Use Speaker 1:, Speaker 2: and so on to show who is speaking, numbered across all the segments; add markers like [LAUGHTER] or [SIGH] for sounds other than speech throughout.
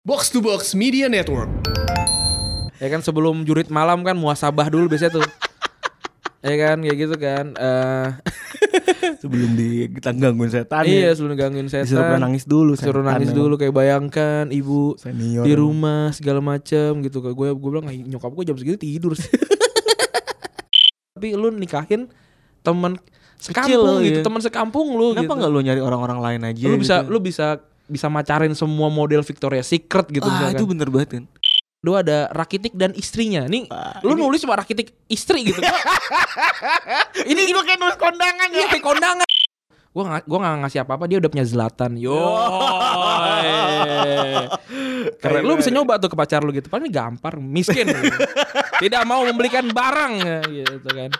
Speaker 1: Box to Box Media Network.
Speaker 2: ya kan sebelum jurit malam kan muasabah dulu biasanya tuh ya kan kayak gitu kan Eh,
Speaker 3: sebelum ditanggung setan
Speaker 2: iya
Speaker 3: ya.
Speaker 2: sebelum gangguin setan
Speaker 3: disuruh pernah nangis kan? dulu
Speaker 2: suruh
Speaker 3: setan
Speaker 2: nangis
Speaker 3: emang.
Speaker 2: dulu kayak bayangkan ibu
Speaker 3: Senior
Speaker 2: di
Speaker 3: emang.
Speaker 2: rumah segala macem gitu kayak gue gue bilang "Ah, nyokap gue jam segitu tidur sih." [LAUGHS] tapi lu nikahin teman
Speaker 3: Kecil
Speaker 2: sekampung
Speaker 3: lu,
Speaker 2: gitu
Speaker 3: iya.
Speaker 2: teman sekampung lu
Speaker 3: kenapa
Speaker 2: gitu.
Speaker 3: nggak lu nyari orang-orang lain aja
Speaker 2: lu bisa
Speaker 3: gitu?
Speaker 2: lu bisa bisa macarin semua model Victoria Secret gitu
Speaker 3: ah itu
Speaker 2: misalkan.
Speaker 3: bener banget kan
Speaker 2: Lu ada Rakitik dan istrinya. Nih,
Speaker 3: Wah,
Speaker 2: lu nulis cuma Rakitik istri gitu. [LAUGHS] Gua- ini gua kayak nulis kondangan ya. kayak kondangan. Gua nggak gua nggak ngasih apa-apa, dia udah punya Zlatan. Yo. Keren. Lu bisa nyoba tuh ke pacar lu gitu. Paling gampar, [LAUGHS] miskin. Tidak mau membelikan barang ya, gitu kan.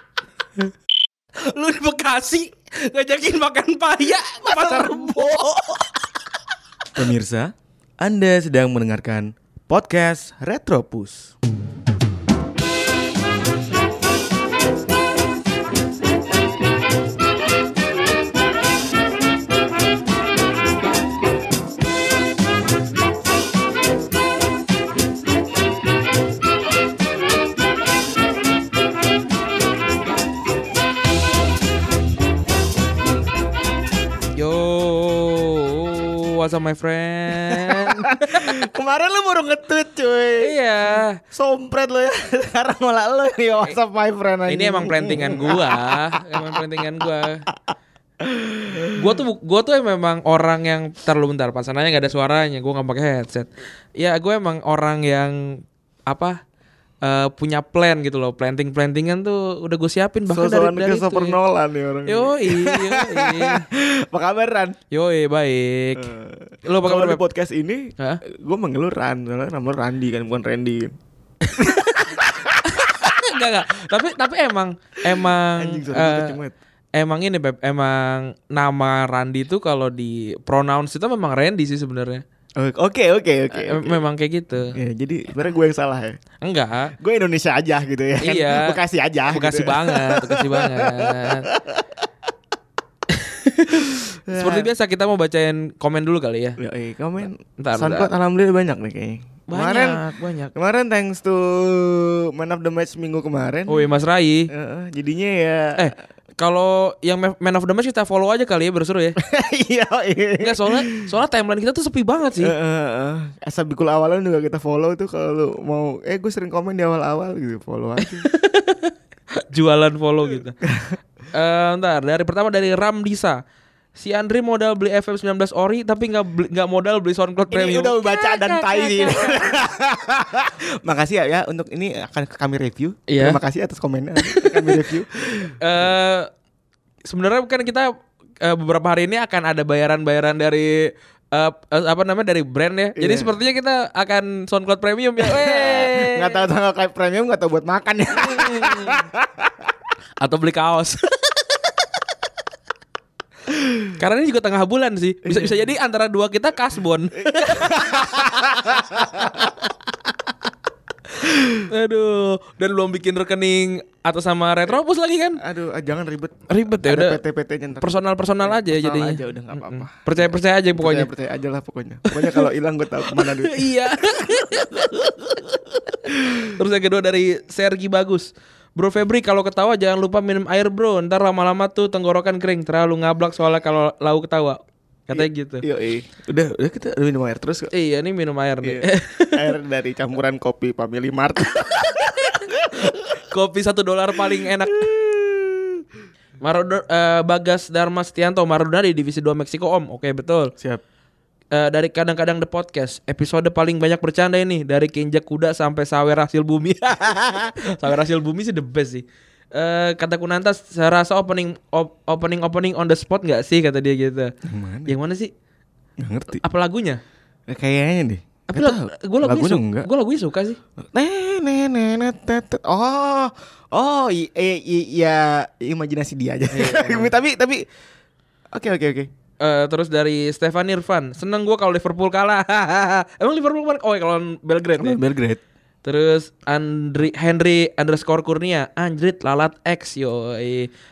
Speaker 2: lu di Bekasi ngajakin makan paya ke pasar rebo.
Speaker 3: pemirsa anda sedang mendengarkan podcast Retropus
Speaker 2: Yo, what's up my friend?
Speaker 3: [LAUGHS]
Speaker 2: [LAUGHS]
Speaker 3: kemarin lu baru nge-tweet cuy
Speaker 2: iya.
Speaker 3: sompret lu ya sekarang malah lu di WhatsApp my friend
Speaker 2: Ini emang plantingan gua, emang plantingan gua. Gua tuh bu- gua tuh memang orang yang Bentar lu bentar pasangannya nggak ada suaranya, gua nggak pakai headset. Ya gua emang orang yang apa eh, punya plan gitu loh, planting plantingan tuh udah gue siapin bahkan dari
Speaker 3: Sosokan
Speaker 2: dari itu.
Speaker 3: Christopher Nolan nih orang ini.
Speaker 2: Yo iya,
Speaker 3: Apa kabar Ran?
Speaker 2: yo baik. Lo apa
Speaker 3: Kalau
Speaker 2: kabar?
Speaker 3: di
Speaker 2: Beb?
Speaker 3: podcast ini
Speaker 2: Hah?
Speaker 3: Gue manggil lu Ran Soalnya nama lu Randi kan bukan Randy
Speaker 2: Enggak enggak. Tapi tapi emang emang
Speaker 3: Anjing, sorry,
Speaker 2: eh,
Speaker 3: kecemet.
Speaker 2: emang ini Beb, emang nama Randy tuh kalau di pronounce itu memang Randy sih sebenarnya.
Speaker 3: Oke oke oke
Speaker 2: Eh, Memang kayak gitu.
Speaker 3: Ya, jadi sebenarnya gue yang salah ya.
Speaker 2: Enggak.
Speaker 3: Gue Indonesia aja gitu ya. kan. [LAUGHS]
Speaker 2: Iya.
Speaker 3: Bekasi aja.
Speaker 2: Bekasi
Speaker 3: gitu.
Speaker 2: banget, bekasi
Speaker 3: [LAUGHS]
Speaker 2: banget. Seperti biasa kita mau bacain komen dulu kali ya.
Speaker 3: Yo, eh, komen.
Speaker 2: Bentar,
Speaker 3: Soundcloud
Speaker 2: bentar.
Speaker 3: alhamdulillah banyak nih kayaknya. Kemarin
Speaker 2: Banyak, banyak.
Speaker 3: kemarin thanks to Man of the Match minggu kemarin.
Speaker 2: Woi Oh iya, Mas Rai.
Speaker 3: Heeh, jadinya ya
Speaker 2: Eh, kalau yang Man of the Match kita follow aja kali ya berseru ya.
Speaker 3: [LAUGHS] iya Eh, iya.
Speaker 2: Enggak soalnya soalnya timeline kita tuh sepi banget sih.
Speaker 3: Heeh, heeh. Asal bikul awalan juga kita follow tuh kalau lu mau eh gue sering komen di awal-awal gitu follow aja.
Speaker 2: jualan follow gitu. Eh ntar dari pertama dari Ramdisa. Si Andri modal beli FM19 ori tapi nggak beli- nggak modal beli SoundCloud
Speaker 3: ini
Speaker 2: Premium.
Speaker 3: udah baca dan tai sih. [LAUGHS] Makasih ya, ya untuk ini akan kami review.
Speaker 2: Iya.
Speaker 3: Terima kasih atas komennya. kami review.
Speaker 2: Eh, sebenarnya kan kita eh, beberapa hari ini akan ada bayaran-bayaran dari eh, eh, apa namanya dari brand ya. Jadi
Speaker 3: Iya.
Speaker 2: sepertinya kita akan SoundCloud Premium
Speaker 3: [LAUGHS]
Speaker 2: ya. Wey.
Speaker 3: nggak tahu tanggal kayak premium nggak tahu buat makan ya
Speaker 2: Atau beli kaos. Karena ini juga tengah bulan sih. Bisa bisa jadi antara dua kita kasbon. Aduh, dan belum bikin rekening atau sama Retropus lagi kan?
Speaker 3: [LAUGHS] aduh ah, jangan ribet
Speaker 2: Ribet ya
Speaker 3: ada
Speaker 2: udah.
Speaker 3: PT PT nya ntar
Speaker 2: Personal personal aja
Speaker 3: Personal
Speaker 2: jadinya.
Speaker 3: aja, udah nggak apa-apa.
Speaker 2: Mm-mm. Percaya percaya aja pokoknya.
Speaker 3: pokoknya percaya aja lah pokoknya pokoknya kalau hilang gue tahu kemana [LAUGHS] duit
Speaker 2: iya. Terus yang kedua dari Sergi Bagus. Bro Febri kalau ketawa jangan lupa minum air bro Ntar lama-lama tuh tenggorokan kering Terlalu ngablak soalnya kalau lau ketawa Katanya gitu
Speaker 3: Yo, udah udah kita udah minum air terus kok
Speaker 2: Iya ini minum air nih
Speaker 3: Iya. air dari campuran kopi Family Mart
Speaker 2: [LAUGHS] Kopi satu dolar paling enak Marodona eh, Bagas Dharma Setianto Maradona di divisi 2 Meksiko om Oke betul
Speaker 3: siap
Speaker 2: Eh, Dari kadang-kadang The Podcast Episode paling banyak bercanda ini Dari Kinjak Kuda sampai Sawer Hasil Bumi [LAUGHS] Sawer Hasil Bumi sih the best sih Eh kata Kunanta serasa opening op- opening opening on the spot nggak sih kata dia gitu.
Speaker 3: mana?
Speaker 2: Yang mana sih?
Speaker 3: nggak ngerti
Speaker 2: Apa lagunya?
Speaker 3: Eh, kayaknya deh
Speaker 2: Apa lag- gua lagunya,
Speaker 3: Lagunya
Speaker 2: su-
Speaker 3: enggak.
Speaker 2: gua lagunya suka sih.
Speaker 3: oh oh i- i- i- ya imajinasi dia aja
Speaker 2: Iya,
Speaker 3: [LAUGHS] tapi tapi oke oke oke
Speaker 2: Eh, terus dari Stefan Irfan, seneng gua kalau Liverpool kalah. [LAUGHS] Emang Liverpool kemarin? Oh, ya, kalau Belgrade ya.
Speaker 3: Belgrade
Speaker 2: Terus Andri Henry underscore Kurnia, Anjrit lalat X yo.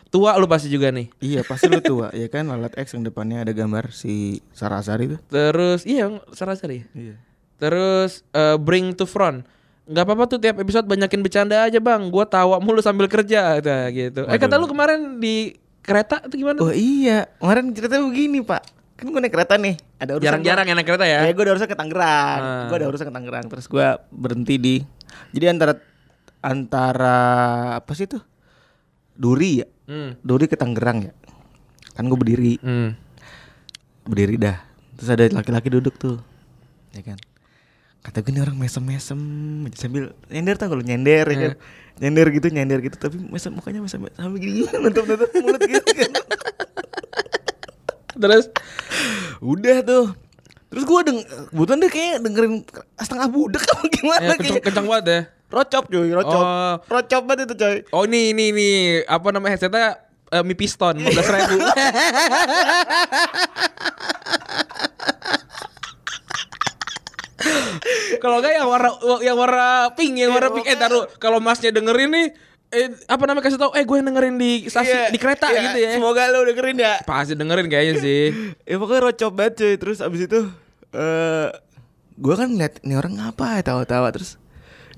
Speaker 2: Tua lu pasti juga nih.
Speaker 3: Iya pasti lu tua ya kan lalat X yang depannya ada gambar si Sarasari itu.
Speaker 2: Terus iya yang Sarasari.
Speaker 3: Iya.
Speaker 2: Terus eh, bring to front. Gak apa-apa tuh tiap episode banyakin bercanda aja bang. Gua tawa mulu sambil kerja kata gitu. Eh kata lu kemarin di kereta itu gimana?
Speaker 3: Oh iya, kemarin cerita begini pak. Kan gue naik kereta nih, ada urusan.
Speaker 2: Jarang-jarang yang naik kereta ya.
Speaker 3: Kayak gue ada urusan ke Tangerang,
Speaker 2: Ah.
Speaker 3: gue ada urusan ke Tangerang, terus gue berhenti di. Jadi antara antara apa sih tuh? Duri ya,
Speaker 2: Hmm.
Speaker 3: Duri ke Tangerang ya. Kan gue berdiri,
Speaker 2: Hmm.
Speaker 3: berdiri dah. Terus ada laki-laki duduk tuh, ya kan. Kata gue nih orang mesem-mesem aja sambil nyender tau kalau nyender ya kan.
Speaker 2: Iya.
Speaker 3: Nyender gitu, nyender gitu, tapi mesem mukanya mesem sambil gini, [LAUGHS] nutup-nutup mulut gitu kan.
Speaker 2: Terus
Speaker 3: Udah tuh. Terus gue deng kebetulan dia kayaknya dengerin setengah budek apa gimana
Speaker 2: ya, kenceng,
Speaker 3: kayaknya.
Speaker 2: kenceng banget ya.
Speaker 3: Rocop cuy, rocop.
Speaker 2: Oh.
Speaker 3: Rocop banget itu coy.
Speaker 2: Oh ini ini ini apa namanya headsetnya eh, Mi Piston 15 ribu. Kalau enggak yang warna yang warna pink yang warna pink eh taruh kalau masnya dengerin nih eh, apa namanya kasih tahu eh gue yang dengerin di stasiun
Speaker 3: Iya,
Speaker 2: di kereta
Speaker 3: iya,
Speaker 2: gitu ya.
Speaker 3: Semoga lo dengerin ya.
Speaker 2: Pasti dengerin kayaknya sih.
Speaker 3: Ya pokoknya rocop banget cuy. Terus abis itu eh gue kan ngeliat ini orang ngapa ya tawa-tawa terus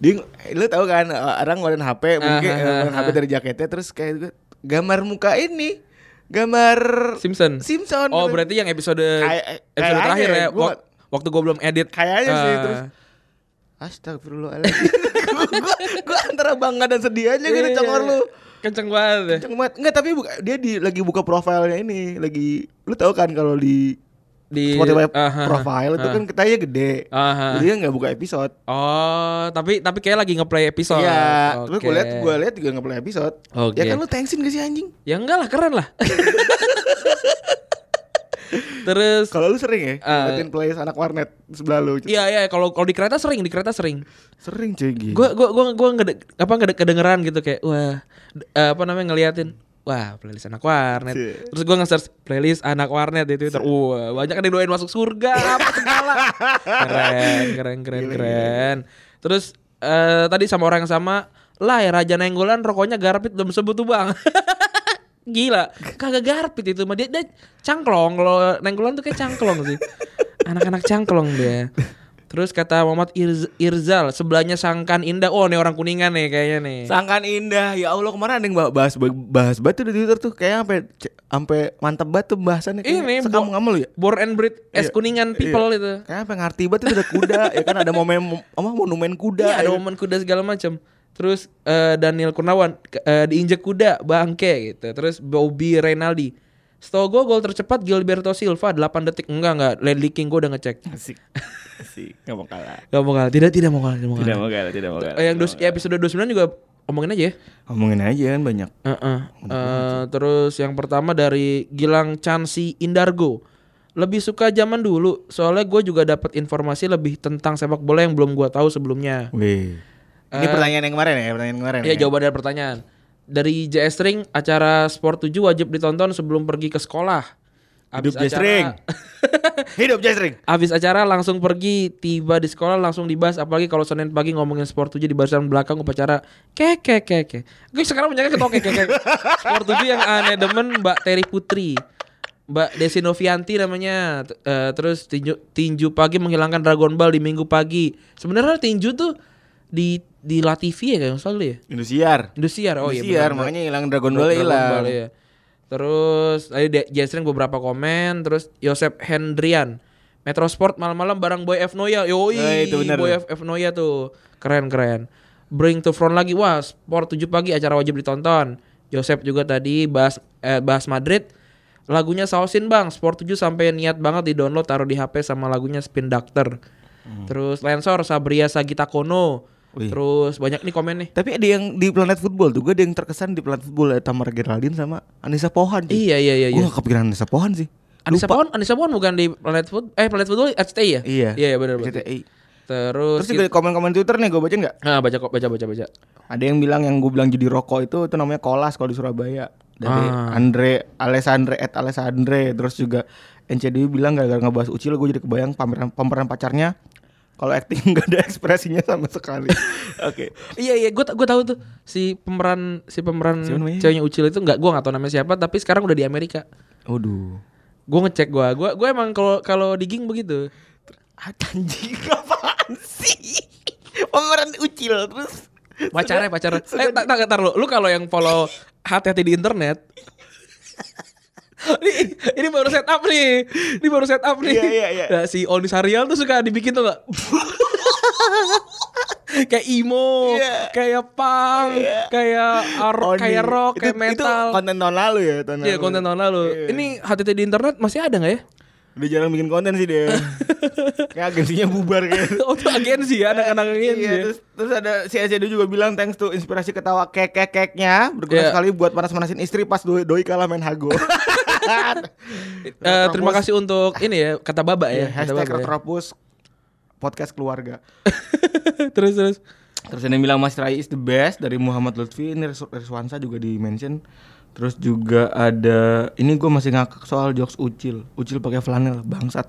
Speaker 3: dia lo tau kan orang ngeluarin HP mungkin
Speaker 2: Ah,
Speaker 3: eh,
Speaker 2: ah,
Speaker 3: ngeluarin HP
Speaker 2: ah.
Speaker 3: dari jaketnya terus kayak gua, gambar muka ini gambar
Speaker 2: Simpson.
Speaker 3: Simpson
Speaker 2: Oh
Speaker 3: gitu.
Speaker 2: berarti yang episode
Speaker 3: Kayak-
Speaker 2: episode
Speaker 3: kayaknya
Speaker 2: terakhir ya.
Speaker 3: ya, gua-
Speaker 2: wak- waktu gue belum edit.
Speaker 3: Kayaknya sih,
Speaker 2: Ah.
Speaker 3: terus Astagfirullahaladzim [LAUGHS] Gue gue antara bangga dan sedih aja gitu
Speaker 2: Iya,
Speaker 3: congor lu
Speaker 2: Kenceng banget. ya.
Speaker 3: Kenceng banget Enggak tapi buka- dia di, lagi buka profilnya ini Lagi Lu tahu kan kalau di
Speaker 2: Di Ah,
Speaker 3: Spotify
Speaker 2: Aha.
Speaker 3: profile itu
Speaker 2: Aha.
Speaker 3: kan ketanya gede
Speaker 2: Aha.
Speaker 3: Jadi dia nggak buka episode
Speaker 2: Oh, tapi tapi kayak lagi ngeplay episode.
Speaker 3: Iya Terus gue liat
Speaker 2: Oke.
Speaker 3: Gue liat juga nggak play episode
Speaker 2: Oke.
Speaker 3: Ya kan lu tensin gak sih anjing
Speaker 2: Ya enggak lah, keren lah. [LAUGHS] Terus
Speaker 3: Kalau lu sering ya
Speaker 2: Ah.
Speaker 3: Ngeliatin playlist anak warnet di Sebelah lu
Speaker 2: Iya iya kalau kalau di kereta sering di kereta sering.
Speaker 3: Sering cuy gitu
Speaker 2: Gue gua gua gua ngede, apa ngede, kedengeran gitu kayak wah d- eh, apa namanya ngeliatin wah playlist anak warnet.
Speaker 3: Iya.
Speaker 2: Terus gua nge-search playlist anak warnet di Twitter. Wah, banyak yang doain masuk surga apa segala.
Speaker 3: [LAUGHS]
Speaker 2: keren, keren, keren, keren. Terus eh, tadi sama orang yang sama, lah ya Raja Nenggolan rokoknya garpit udah sebut tuh bang. [LAUGHS] Gila, kagak garpit itu mah dia, dia cangklong kalau Nenggolan tuh kayak cangklong
Speaker 3: [LAUGHS]
Speaker 2: sih. Anak-anak cangklong dia. Terus kata Muhammad Irz- Irzal, sebelahnya Sangkan Indah. Oh, nih orang Kuningan nih kayaknya nih.
Speaker 3: Sangkan indah ya Allah kemarin ada yang bah- bahas bahas batu di Twitter tuh kayak sampai sampai mantep banget tuh bahasannya
Speaker 2: Ini,
Speaker 3: sekam
Speaker 2: Bo-
Speaker 3: ngamal ya
Speaker 2: Born and bred as
Speaker 3: Iya,
Speaker 2: Kuningan people itu.
Speaker 3: kayak sampai ngerti banget itu ada [LAUGHS] kuda ya kan ada momen apa monumen kuda
Speaker 2: Iya, ada
Speaker 3: ya.
Speaker 2: momen kuda segala macam. Terus eh, Daniel Kurnawan ke- eh, diinjek kuda bangke gitu. Terus Bobby Renaldi. Setahu gue gol tercepat Gilberto Silva 8 detik. Enggak enggak, Ledley King gue udah ngecek.
Speaker 3: asik asik nggak mau kalah
Speaker 2: Gak mau kalah. Tidak tidak mau kalah, tidak mau kalah.
Speaker 3: mau kalah tidak mau
Speaker 2: Eh, yang dos, ya, episode 29 juga omongin aja ya.
Speaker 3: ngomongin aja kan banyak
Speaker 2: Heeh. Eh, terus yang pertama dari Gilang Chansi Indargo. Lebih suka zaman dulu, soalnya gue juga dapat informasi lebih tentang sepak bola yang belum gue tahu sebelumnya.
Speaker 3: Wih. ini pertanyaan yang kemarin ya pertanyaan kemarin
Speaker 2: Iya jawaban dari pertanyaan. Dari JS String acara Sport 7 wajib ditonton sebelum pergi ke sekolah. Abis
Speaker 3: Hidup J
Speaker 2: [LAUGHS]
Speaker 3: String. hidup jasring
Speaker 2: Abis acara langsung pergi, tiba di sekolah langsung dibahas apalagi kalau Senin pagi ngomongin Sport 7 di barisan belakang upacara. Keke keke. Gue sekarang menjaga ketok keke.
Speaker 3: [LAUGHS]
Speaker 2: keke. Sport 7 yang aneh demen Mbak Terry Putri. Mbak Desi Novianti namanya T- eh, terus tinju tinju pagi menghilangkan Dragon Ball di Minggu pagi. Sebenarnya tinju tuh di di La TV ya kayak nggak salah ya.
Speaker 3: Indosiar
Speaker 2: Indosiar, oh iya.
Speaker 3: Indosiar
Speaker 2: benar.
Speaker 3: makanya hilang
Speaker 2: Dragon
Speaker 3: Dragon Ball hilang
Speaker 2: Ball, iya. Terus tadi De- Jesring beberapa komen, terus Yosep Hendrian. Metro Sport malam-malam bareng Boy F Noya. Yoi,
Speaker 3: Eh, itu benar.
Speaker 2: Boy F, F Noya tuh. Keren-keren. Bring to front lagi. Wah, Sport 7 pagi acara wajib ditonton. Joseph juga tadi bahas eh, bahas Madrid. Lagunya sausin bang, Sport 7 sampai niat banget di download taruh di HP sama lagunya Spin Doctor. Terus Lensor Sabria Sagitakono.
Speaker 3: Hmm. Wih.
Speaker 2: Terus banyak nih komen nih.
Speaker 3: tapi ada yang di planet football tuh gue ada yang terkesan di planet football ada Tamara Geraldine sama Anissa Pohan cuy.
Speaker 2: Iya iya iya. iya.
Speaker 3: Gue gak kepikiran Anissa Pohan sih
Speaker 2: Anissa
Speaker 3: Lupa.
Speaker 2: Pohon, Anissa Pohon bukan di Planet Food, eh Planet Food RCTI ya?
Speaker 3: Iya
Speaker 2: Iya, iya benar benar.
Speaker 3: CTI.
Speaker 2: Terus,
Speaker 3: Terus juga
Speaker 2: kita,
Speaker 3: di komen-komen Twitter nih gue baca nggak?
Speaker 2: nah, baca kok, baca baca baca.
Speaker 3: Ada yang bilang yang gue bilang jadi rokok itu itu namanya kolas kalau di Surabaya dari
Speaker 2: Ah.
Speaker 3: Andre Alessandre at Alessandre terus juga NCD bilang gara-gara ngebahas Ucil gue jadi kebayang pameran pemeran pacarnya kalau acting [LAUGHS] nggak ada ekspresinya sama sekali.
Speaker 2: [LAUGHS]
Speaker 3: Oke.
Speaker 2: Iya iya, gue gue tahu tuh si pemeran si pemeran
Speaker 3: Siapa namanya?
Speaker 2: ceweknya Ucil itu nggak, gue nggak tahu namanya siapa, tapi sekarang udah di Amerika.
Speaker 3: Waduh.
Speaker 2: Gue ngecek gue, gue gue emang kalau kalau di Ging begitu.
Speaker 3: Anjing apa? Apaan sih? Pemeran ucil terus.
Speaker 2: pacarnya pacarnya eh tak tak tar lu lu kalau yang follow hati-hati di internet ini, ini baru set up nih ini baru set up nih
Speaker 3: Iya, iya, iya.
Speaker 2: Nah, si Oni Sarial tuh suka dibikin tuh
Speaker 3: [LAUGHS]
Speaker 2: gak kayak emo
Speaker 3: Iya.
Speaker 2: kayak punk kayak ar-
Speaker 3: Oni.
Speaker 2: kayak rock
Speaker 3: Itu-
Speaker 2: kayak metal
Speaker 3: Itu konten tahun lalu ya, tahun
Speaker 2: Iya konten tahun lalu.
Speaker 3: Iya.
Speaker 2: Ini hati-hati di internet masih ada
Speaker 3: [LAUGHS]
Speaker 2: nggak ya?
Speaker 3: Udah jarang bikin konten sih dia. Kayak agensinya bubar kayak.
Speaker 2: oh itu agensi ya, anak-anak agensi.
Speaker 3: Iya,
Speaker 2: ya.
Speaker 3: terus, terus ada si Azedo juga bilang thanks to inspirasi ketawa kek-kek-keknya
Speaker 2: Iya.
Speaker 3: berguna sekali buat panas-manasin istri pas doi, doi kalah main hago.
Speaker 2: Eh, terima kasih untuk ini ya kata baba ya.
Speaker 3: Iya,
Speaker 2: kata
Speaker 3: hashtag
Speaker 2: baba ya.
Speaker 3: Retropus podcast keluarga.
Speaker 2: [LAUGHS] terus terus.
Speaker 3: Terus ada yang bilang Mas Rai is the best dari Muhammad Lutfi ini Ris- Riswansa juga di mention. Terus juga ada ini gue masih ngakak soal jokes ucil, ucil pakai flanel
Speaker 2: [LAUGHS]
Speaker 3: bangsat.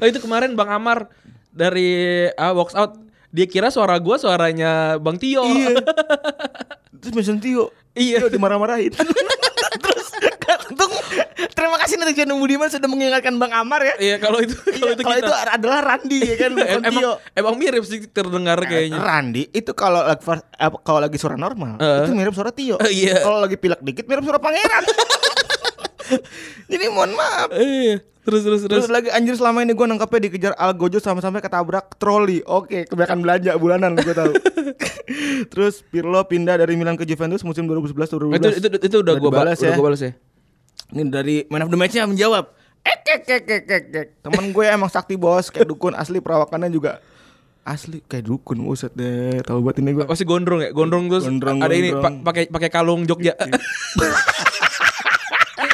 Speaker 2: Oh itu kemarin Bang Amar dari ah, Box Out dia kira suara gua suaranya Bang Tio.
Speaker 3: iya. Terus mention Tio.
Speaker 2: Iya.
Speaker 3: Tio dimarah-marahin. [LAUGHS] Terus untung terima kasih netizen Budiman sudah mengingatkan Bang Amar ya.
Speaker 2: [LAUGHS] Iya, kalau itu kalau
Speaker 3: Iya,
Speaker 2: itu
Speaker 3: Kalau
Speaker 2: kita.
Speaker 3: itu, adalah Randi ya kan bukan
Speaker 2: [LAUGHS] Em- emang
Speaker 3: Tio. Nah,
Speaker 2: emang mirip sih terdengar kayaknya.
Speaker 3: Randi itu kalau lagi fir- apa, kalau lagi suara normal
Speaker 2: Heeh.
Speaker 3: itu mirip suara Tio.
Speaker 2: Eh, iya.
Speaker 3: Kalau lagi pilek dikit mirip suara
Speaker 2: [LAUGHS]
Speaker 3: pangeran. Jadi mohon maaf.
Speaker 2: Iya. Terus terus terus.
Speaker 3: Terus lagi anjir selama ini gue nangkepnya dikejar algojo sampai-sampai ketabrak troli. Oke, kebanyakan belanja bulanan gue
Speaker 2: [LAUGHS]
Speaker 3: tahu. Terus Pirlo pindah dari Milan ke Juventus musim 2011 2012.
Speaker 2: Itu itu itu udah gua balas
Speaker 3: dibalas
Speaker 2: ya. Udah gua balas ya.
Speaker 3: Ini dari man of the match-nya menjawab. Ek, ek, ek, ek, ek, ek. Temen gue emang sakti bos, kayak dukun asli perawakannya juga asli kayak dukun buset deh. Tahu buat ini gue.
Speaker 2: Pasti gondrong ya. Gondrong terus
Speaker 3: Gondrong,
Speaker 2: ada ini pa-
Speaker 3: gondrong. Iya,
Speaker 2: pakai pakai kalung Jogja. [LAUGHS]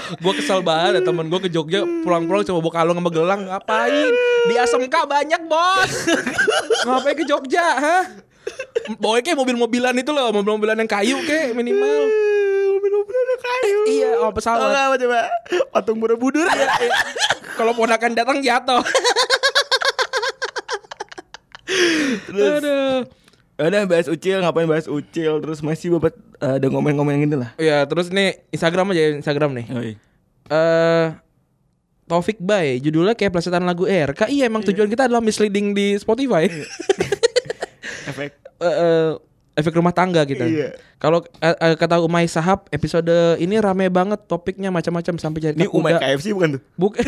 Speaker 2: gue kesel banget ada temen gue ke Jogja pulang-pulang cuma bawa kalung sama gelang ngapain di ASMK banyak bos [LAUGHS] ngapain ke Jogja hah bawa kayak mobil-mobilan itu loh mobil-mobilan yang kayu kayak minimal
Speaker 3: Bener-bener Eh, ada kayu.
Speaker 2: Iya, oh, pesawat. Iya, eh,
Speaker 3: Tahu nggak apa coba? Patung Borobudur.
Speaker 2: kalau ponakan datang jatuh Aduh.
Speaker 3: Ya Udah bahas ucil, ngapain bahas ucil? Terus masih babat eh, ada komen-komen yang gini lah.
Speaker 2: ya terus nih Instagram aja Instagram nih eh Taufik Bay judulnya kayak pelesetan lagu RK iya emang tujuan kita adalah misleading di Spotify
Speaker 3: Iya. Efek.
Speaker 2: Eh, eh, efek rumah tangga kita
Speaker 3: Iya.
Speaker 2: kalau eh, eh, kata Umay Sahab episode ini rame banget topiknya macam-macam sampai jadi
Speaker 3: Ini Umay KFC
Speaker 2: [LAUGHS]
Speaker 3: bukan tuh?
Speaker 2: Buk-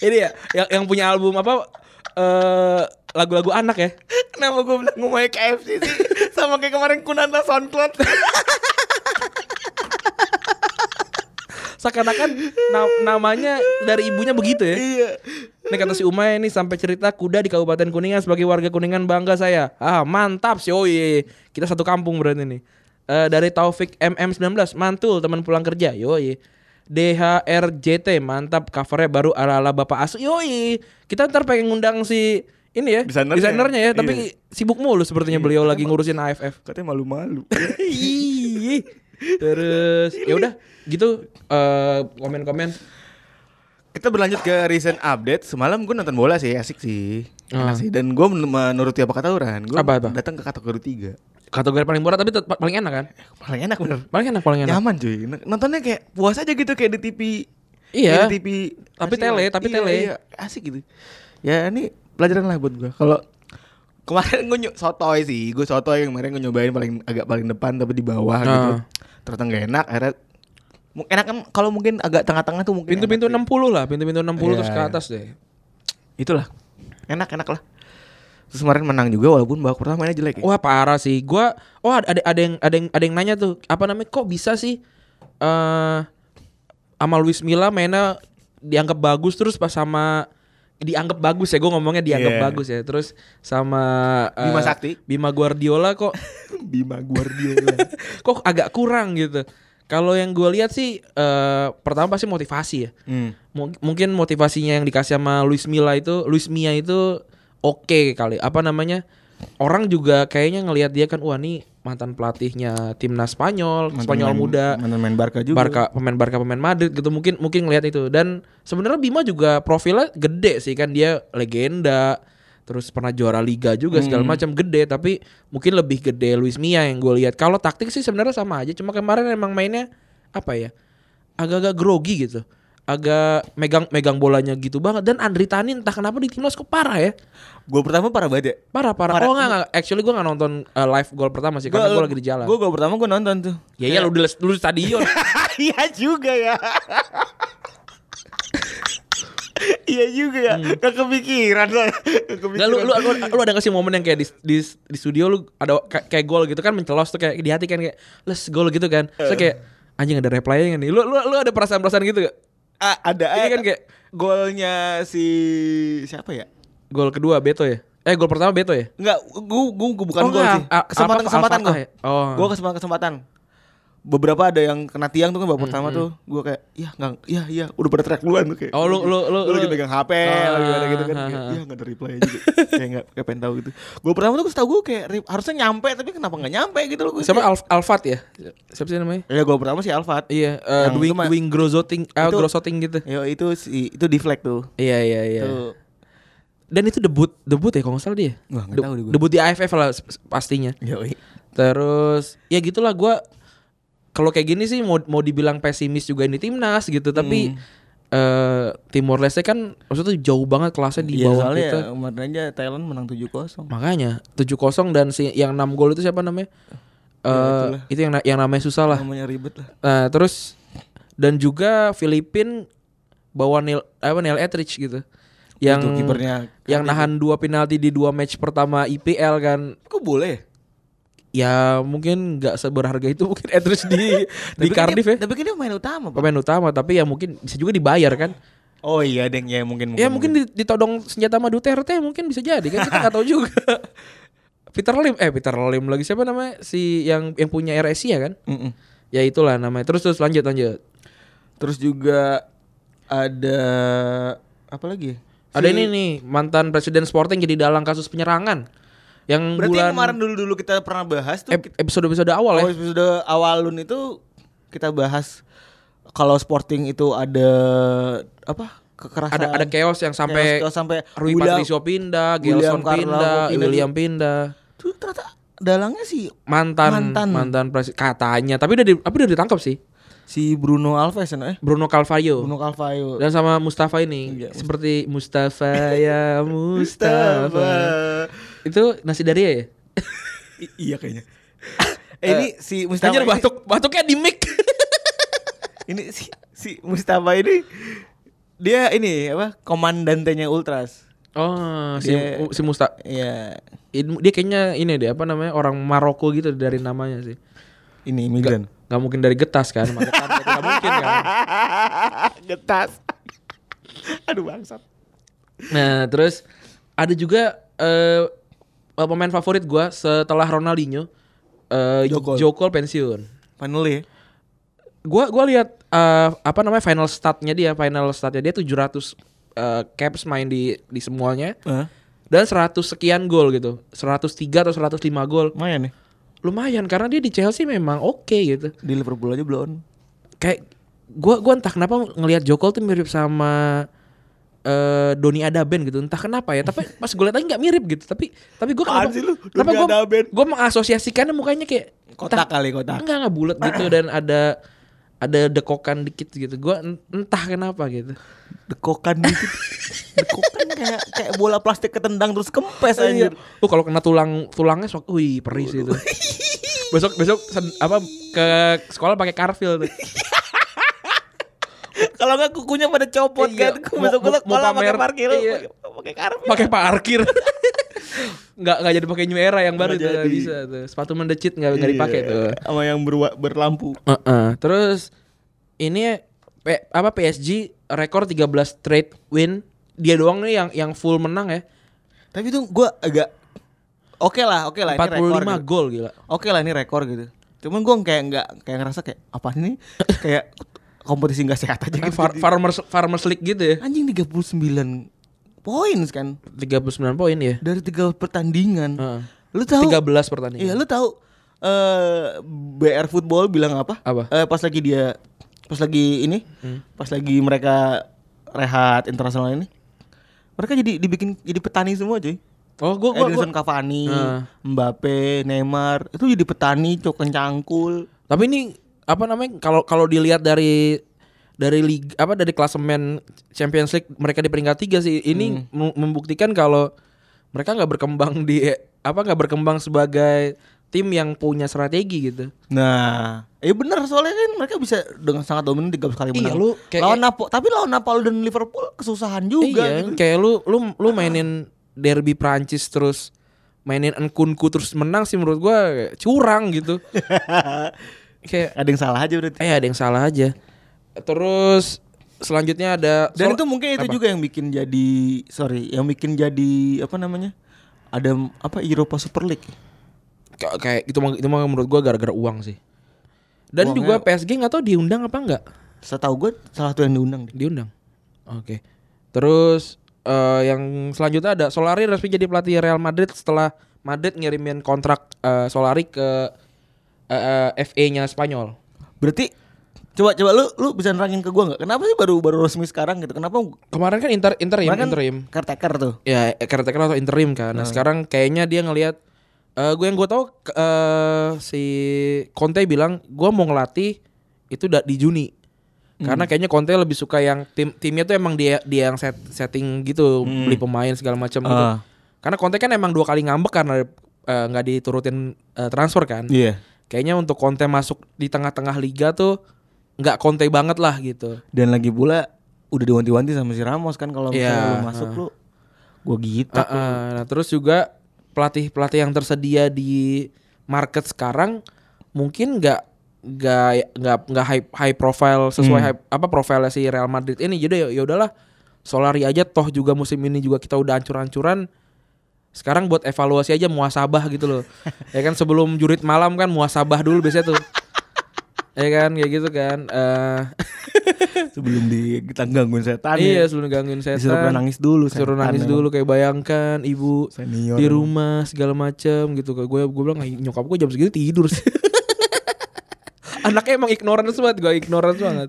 Speaker 2: ini ya yang, yang punya album apa eh lagu-lagu anak ya
Speaker 3: Kenapa gue bilang Umay KFC sih? [LAUGHS] Sama kayak kemarin
Speaker 2: [LAUGHS]
Speaker 3: Kunanta Soundcloud.
Speaker 2: seakan-akan na- namanya dari ibunya begitu ya
Speaker 3: iya.
Speaker 2: Ini kata si Umay nih sampai cerita kuda di Kabupaten Kuningan sebagai warga Kuningan bangga saya. Ah, mantap sih. Oh iya. Kita satu kampung berarti nih. Eh, dari Taufik MM19 mantul teman pulang kerja. Yoi. DHRJT mantap covernya baru ala-ala Bapak Asu. Yoi. Kita ntar pengen ngundang si ini ya,
Speaker 3: Desainernya.
Speaker 2: ya, tapi sibuk mulu sepertinya beliau lagi ngurusin AFF.
Speaker 3: Katanya malu-malu.
Speaker 2: Ih. Terus ya udah gitu eh, komen-komen.
Speaker 3: Kita berlanjut ke recent update. Semalam gue nonton bola sih, asik sih. Enak sih. Dan gue men- menuruti apa kata orang. Gue
Speaker 2: Ah. Apa, apa?
Speaker 3: datang ke kategori 3.
Speaker 2: Kategori paling murah tapi tetap paling enak kan?
Speaker 3: Paling enak bener.
Speaker 2: Paling enak, paling enak.
Speaker 3: Nyaman cuy. N- Nontonnya kayak puas aja gitu kayak di TV.
Speaker 2: Iya.
Speaker 3: Kayak Di TV.
Speaker 2: Tapi
Speaker 3: nasional.
Speaker 2: tele, tapi
Speaker 3: Iya,
Speaker 2: tele.
Speaker 3: Iya, asik gitu. Ya ini pelajaran lah buat gue. Kalau kemarin gue nyu- sotoy sih. Gue sotoy kemarin gue nyobain paling agak paling depan tapi di bawah gitu.
Speaker 2: Ah.
Speaker 3: Ternyata gak enak. Akhirnya mu- enak kan kalau mungkin agak tengah-tengah tuh mungkin
Speaker 2: Pintu-pintu
Speaker 3: enak,
Speaker 2: 60 lah, pintu-pintu 60 terus
Speaker 3: Iya,
Speaker 2: ke
Speaker 3: iya.
Speaker 2: atas deh.
Speaker 3: itulah enak enak lah terus kemarin menang juga walaupun babak pertama mainnya jelek ya.
Speaker 2: Wah, parah sih. Gua oh ada ada ada yang ada yang ada yang nanya tuh, apa namanya? Kok bisa sih eh sama Luis Milla mainnya dianggap bagus terus pas sama dianggap bagus ya gue ngomongnya dianggap
Speaker 3: Iya.
Speaker 2: bagus ya terus sama eh,
Speaker 3: Bima Sakti.
Speaker 2: Bima Guardiola
Speaker 3: [LAUGHS]
Speaker 2: kok
Speaker 3: Bima Guardiola
Speaker 2: kok agak kurang gitu kalau yang gue lihat sih eh pertama pasti motivasi ya
Speaker 3: [LAUGHS] hmm.
Speaker 2: Mu- mungkin motivasinya yang dikasih sama Luis Milla itu Luis Mia itu oke kali apa namanya orang juga kayaknya ngelihat dia kan wah nih mantan pelatihnya timnas Spanyol Spanyol muda
Speaker 3: mantan main Barca juga
Speaker 2: Barca pemain Barca pemain Madrid gitu mungkin mungkin ngelihat itu dan sebenarnya Bima juga profilnya gede sih kan dia legenda terus pernah juara liga juga
Speaker 3: Hmm.
Speaker 2: segala macam gede tapi mungkin lebih gede Luis Mia yang gue lihat kalau taktik sih sebenarnya sama aja cuma kemarin emang mainnya apa ya agak-agak grogi gitu agak megang megang bolanya gitu banget dan Andri Tani entah kenapa di timnas kok parah ya
Speaker 3: Gol pertama parah banget ya.
Speaker 2: parah parah,
Speaker 3: Parah.
Speaker 2: oh enggak, enggak. actually gue nggak nonton uh, live gol pertama sih karena gue lagi di jalan
Speaker 3: Gue gol pertama gue nonton tuh.
Speaker 2: ya iya lu di lu di stadion
Speaker 3: [LAUGHS] Iya juga
Speaker 2: [LAUGHS]
Speaker 3: ya. Iya juga ya. Gak kepikiran lah. Gak
Speaker 2: Enggak Hmm. lu, lu lu lu ada gak sih momen yang kayak di di, di studio lu ada kayak, kayak gol gitu kan mencelos tuh kayak di hati kan kayak les gol gitu kan. Terus kayak anjing ada reply-nya nih. Lu lu lu ada perasaan-perasaan gitu gak?
Speaker 3: Ah, ada
Speaker 2: Ini
Speaker 3: ada.
Speaker 2: kan kayak
Speaker 3: golnya si siapa ya?
Speaker 2: gol kedua Beto ya. Eh gol pertama Beto ya.
Speaker 3: Enggak, gua gua, gua bukan
Speaker 2: Oh,
Speaker 3: gol
Speaker 2: enggak.
Speaker 3: sih.
Speaker 2: Al-
Speaker 3: Kesempatan kesempatan
Speaker 2: Al-
Speaker 3: gua.
Speaker 2: Al-Fatah ya? Oh.
Speaker 3: Gua kesempatan kesempatan. Beberapa ada yang kena tiang tuh kan babak pertama tuh gua kayak ya enggak ya ya udah pada track duluan tuh kayak.
Speaker 2: Oh, lu- lu- lu-
Speaker 3: lagi
Speaker 2: lu-
Speaker 3: pegang HP
Speaker 2: Ah,
Speaker 3: lagi ada gitu kan.
Speaker 2: ah,
Speaker 3: Kayak,
Speaker 2: ah.
Speaker 3: Ya enggak ada reply juga. [LAUGHS] kayak enggak kayak pengen tahu gitu. Gua pertama tuh setahu gua kayak rip- harusnya nyampe tapi kenapa enggak nyampe gitu loh gua.
Speaker 2: Siapa Al Alfat ya? Siapa sih namanya?
Speaker 3: Ya gua pertama si Alfat.
Speaker 2: Iya, eh
Speaker 3: Yang
Speaker 2: doing
Speaker 3: itu mah-
Speaker 2: doing grozoting ah
Speaker 3: Itu-
Speaker 2: grozoting gitu.
Speaker 3: Yo itu si itu deflect tuh.
Speaker 2: Iya iya iya.
Speaker 3: Tuh.
Speaker 2: Dan itu debut debut ya kalau nggak salah dia.
Speaker 3: Wah, nggak
Speaker 2: De-
Speaker 3: tahu deh gua.
Speaker 2: debut di AFF lah s- s- pastinya.
Speaker 3: Yoi.
Speaker 2: Terus ya gitulah gua kalau kayak gini sih mau mau dibilang pesimis juga ini timnas gitu tapi eh Timor Leste kan maksudnya jauh banget kelasnya di
Speaker 3: Hmm. Iya
Speaker 2: bawah
Speaker 3: soalnya
Speaker 2: kita.
Speaker 3: kemarin aja Thailand menang 7-0.
Speaker 2: Makanya 7-0 dan si yang 6 gol itu siapa namanya? Eh
Speaker 3: Ya, itulah.
Speaker 2: itu yang na- yang namanya susah lah.
Speaker 3: Namanya ribet lah.
Speaker 2: Nah, terus dan juga Filipin bawa Neil apa Neil Etrich gitu. Yang
Speaker 3: Itu kipernya
Speaker 2: yang nahan dua penalti di dua match pertama IPL kan
Speaker 3: Kok boleh?
Speaker 2: ya mungkin nggak seberharga itu mungkin Etrich [LAUGHS] di di
Speaker 3: kan
Speaker 2: Cardiff
Speaker 3: dia,
Speaker 2: ya
Speaker 3: Tapi kan dia pemain utama, Pak.
Speaker 2: pemain utama tapi ya mungkin bisa juga dibayar kan
Speaker 3: Oh iya, Deng. Ya mungkin
Speaker 2: ya mungkin di- ditodong senjata sama Duterte mungkin bisa jadi kan kita nggak tahu juga [LAUGHS] Peter Lim eh Peter Lim lagi siapa namanya si yang yang punya RSI ya kan
Speaker 3: Mm-mm.
Speaker 2: ya itulah namanya terus terus lanjut lanjut
Speaker 3: Terus juga ada apa lagi? ya?
Speaker 2: ada
Speaker 3: Si-
Speaker 2: ini nih mantan presiden Sporting jadi dalang kasus penyerangan yang
Speaker 3: Berarti
Speaker 2: bulan Eh,
Speaker 3: yang kemarin dulu-dulu kita pernah bahas tuh kita,
Speaker 2: episode episode awal ya
Speaker 3: awal episode awalun itu kita bahas kalau Sporting itu ada apa? kekerasan.
Speaker 2: ada ada chaos yang sampai
Speaker 3: Chaos- chaos sampai
Speaker 2: Rui
Speaker 3: William-
Speaker 2: Patricio pindah,
Speaker 3: William
Speaker 2: Gelson
Speaker 3: Carvalho
Speaker 2: pindah,
Speaker 3: pindah.
Speaker 2: William pindah.
Speaker 3: Tuh ternyata dalangnya si
Speaker 2: mantan
Speaker 3: Mantan.
Speaker 2: mantan, presiden katanya tapi udah di, tapi udah ditangkap sih
Speaker 3: si Bruno Alves ya, eh?
Speaker 2: Bruno Calvario
Speaker 3: Bruno Calvaio.
Speaker 2: dan sama Mustafa ini
Speaker 3: Iya, Mustafa.
Speaker 2: seperti Mustafa ya
Speaker 3: [LAUGHS]
Speaker 2: Mustafa itu nasi dari ya
Speaker 3: I- iya kayaknya. eh, ini si ya. Mustafa.
Speaker 2: Anjir
Speaker 3: ini-
Speaker 2: batuk batuknya di mic [LAUGHS]
Speaker 3: Ini si si Mustafa ini dia ini apa komandantenya Ultras.
Speaker 2: oh si
Speaker 3: Dia-
Speaker 2: si Musta
Speaker 3: Iya.
Speaker 2: ini- dia kayaknya ini deh apa namanya orang Maroko gitu dari namanya sih
Speaker 3: Ini imigran.
Speaker 2: nggak mungkin dari getas kan Maroko kan nggak mungkin kan
Speaker 3: [LAUGHS] Getas. Aduh bangsat.
Speaker 2: Nah, terus ada juga eh, pemain favorit gua setelah Ronaldinho eh
Speaker 3: Jokol.
Speaker 2: Jokol pensiun.
Speaker 3: Finally ya.
Speaker 2: Gua gua lihat eh, apa namanya final statnya dia, final statnya dia 700 eh, caps main di di semuanya
Speaker 3: Heeh.
Speaker 2: dan 100 sekian gol gitu. 103 atau 105 gol.
Speaker 3: Lumayan nih.
Speaker 2: Lumayan karena dia di Chelsea memang oke gitu.
Speaker 3: Di Liverpool aja belum.
Speaker 2: Kayak gua gua entah kenapa ngelihat Jokol tuh mirip sama eh Doni Adaben gitu entah kenapa ya tapi pas gue lihat lagi nggak mirip gitu tapi tapi gue
Speaker 3: Apaan
Speaker 2: kenapa
Speaker 3: sih lu?
Speaker 2: kenapa
Speaker 3: Doni
Speaker 2: gue
Speaker 3: Adaben.
Speaker 2: gue mengasosiasikannya mukanya kayak
Speaker 3: Kotak
Speaker 2: entah-
Speaker 3: kali kotak.
Speaker 2: enggak enggak bulat
Speaker 3: [COUGHS]
Speaker 2: gitu dan ada ada dekokan dikit gitu gue entah kenapa gitu
Speaker 3: Dekokan dikit. [LAUGHS] Dekokan kayak kayak bola plastik ketendang terus kempes anjir.
Speaker 2: Oh kalau kena tulang tulangnya sok, wih perih sih
Speaker 3: [COUGHS]
Speaker 2: itu. besok besok sen- apa ke sekolah pakai karfil tuh.
Speaker 3: Kalau enggak kukunya pada copot
Speaker 2: Iya.
Speaker 3: kan. Ku
Speaker 2: Mau-
Speaker 3: Masuk
Speaker 2: mau-
Speaker 3: masuk
Speaker 2: mau
Speaker 3: malah pakai
Speaker 2: pamer.
Speaker 3: parkir.
Speaker 2: Iya.
Speaker 3: pakai- Pakai karpet.
Speaker 2: pakai
Speaker 3: [COUGHS]
Speaker 2: parkir nggak nggak jadi pakai new era yang baru
Speaker 3: Nggak
Speaker 2: tuh nggak
Speaker 3: jadi.
Speaker 2: bisa tuh sepatu mendecit nggak nggak dipakai
Speaker 3: Iya,
Speaker 2: tuh
Speaker 3: Sama yang berwa- berlampu.
Speaker 2: Heeh. terus ini P- apa PSG rekor 13 straight win dia doang nih yang yang full menang ya
Speaker 3: Nah, Tapi tuh gue agak oke lah, oke lah ini rekor.
Speaker 2: 45
Speaker 3: gitu.
Speaker 2: gol gila
Speaker 3: Oke lah ini rekor gitu. Cuman gue kayak nggak kayak ngerasa kayak apa ini [LAUGHS] kayak kompetisi nggak sehat aja
Speaker 2: Kayak
Speaker 3: gitu.
Speaker 2: far- farmers farmers league gitu ya
Speaker 3: Anjing 39 poin kan
Speaker 2: 39 poin ya
Speaker 3: dari tiga pertandingan.
Speaker 2: Heeh.
Speaker 3: Lu tahu?
Speaker 2: 13 pertandingan
Speaker 3: Iya, lu tahu eh BR Football bilang apa?
Speaker 2: Apa? Hmm.
Speaker 3: Eh, pas lagi dia pas lagi ini, pas lagi mereka rehat internasional ini. Mereka jadi dibikin jadi petani semua, cuy.
Speaker 2: oh gua gua, gua.
Speaker 3: Edinson Cavani,
Speaker 2: Nah.
Speaker 3: Mbappe, Neymar itu jadi petani, cokencangkul.
Speaker 2: tapi ini apa namanya kalau kalau dilihat dari dari liga apa dari klasemen Champions League mereka di peringkat tiga sih ini mem- membuktikan kalau mereka nggak berkembang di apa nggak berkembang sebagai tim yang punya strategi gitu.
Speaker 3: Nah, eh bener soalnya kan mereka bisa dengan sangat dominan 13 kali
Speaker 2: Iya,
Speaker 3: menang.
Speaker 2: lu kayak-
Speaker 3: lawan Napo, tapi lawan Napoli dan Liverpool kesusahan juga
Speaker 2: iya,
Speaker 3: gitu. [LAUGHS]
Speaker 2: kayak lu lu lu mainin derby Prancis terus mainin Nkunku terus menang sih menurut gua kayak curang [LAUGHS] gitu. kayak
Speaker 3: Ada yang salah aja berarti.
Speaker 2: eh ada yang salah aja. Terus selanjutnya ada
Speaker 3: Dan
Speaker 2: soal-
Speaker 3: itu mungkin itu
Speaker 2: apa?
Speaker 3: juga yang bikin jadi sorry, yang bikin jadi apa namanya? Ada m- apa Eropa Super League.
Speaker 2: Ka- kayak itu mah- itu mah menurut gua gara-gara uang sih. Dan juga
Speaker 3: Uangnya-
Speaker 2: PSG nggak tahu diundang apa enggak?
Speaker 3: Setahu gue salah satu yang diundang deh.
Speaker 2: Diundang. Oke. Terus eh, yang selanjutnya ada Solari resmi jadi pelatih Real Madrid setelah Madrid ngirimin kontrak eh, Solari ke eh, FA-nya Spanyol.
Speaker 3: Berarti coba coba lu lu bisa nerangin ke gua nggak? Kenapa sih baru baru resmi sekarang gitu? Kenapa
Speaker 2: Kemarin kan inter interim
Speaker 3: Kemarin kan
Speaker 2: interim.
Speaker 3: caretaker tuh?
Speaker 2: Ya caretaker atau interim kan.
Speaker 3: Ah.
Speaker 2: Nah, sekarang kayaknya dia ngelihat eh, gue yang gue tahu ke- eh, si Conte bilang gue mau ngelatih itu da- di Juni.
Speaker 3: Hmm.
Speaker 2: Karena kayaknya Conte lebih suka yang tim timnya tuh emang dia dia yang set, setting gitu, beli pemain segala macam gitu.
Speaker 3: Hmm. Ah.
Speaker 2: Karena Conte kan emang dua kali ngambek karena eh, nggak diturutin eh, transfer kan.
Speaker 3: Iya.
Speaker 2: Kayaknya untuk Conte masuk di tengah-tengah liga tuh nggak Conte banget lah gitu.
Speaker 3: Dan lagi pula udah diwanti-wanti sama si Ramos kan kalau misalnya
Speaker 2: Iya,
Speaker 3: lu masuk lu gua gitu.
Speaker 2: Uh, uh, nah terus juga pelatih pelatih yang tersedia di market sekarang mungkin nggak nggak nggak nggak high high profile sesuai
Speaker 3: Hmm.
Speaker 2: high- apa profilnya si Real Madrid ini jadi ya ya udahlah Solari aja toh juga musim ini juga kita udah hancur-hancuran sekarang buat evaluasi aja muasabah gitu
Speaker 3: [LAUGHS]
Speaker 2: loh ya kan sebelum jurit malam kan muasabah dulu biasanya tuh ya kan kayak gitu kan Eh,
Speaker 3: sebelum di kita gangguin setan
Speaker 2: iya
Speaker 3: ya.
Speaker 2: sebelum gangguin setan
Speaker 3: disuruh pernah nangis dulu
Speaker 2: suruh
Speaker 3: setan ya.
Speaker 2: nangis
Speaker 3: emang.
Speaker 2: dulu kayak bayangkan ibu
Speaker 3: Senior
Speaker 2: di
Speaker 3: emang.
Speaker 2: rumah segala macem gitu gue gue bilang "Ah, nyokap gue jam segitu tidur [LAUGHS] sih anaknya emang ignorance banget gue ignorance banget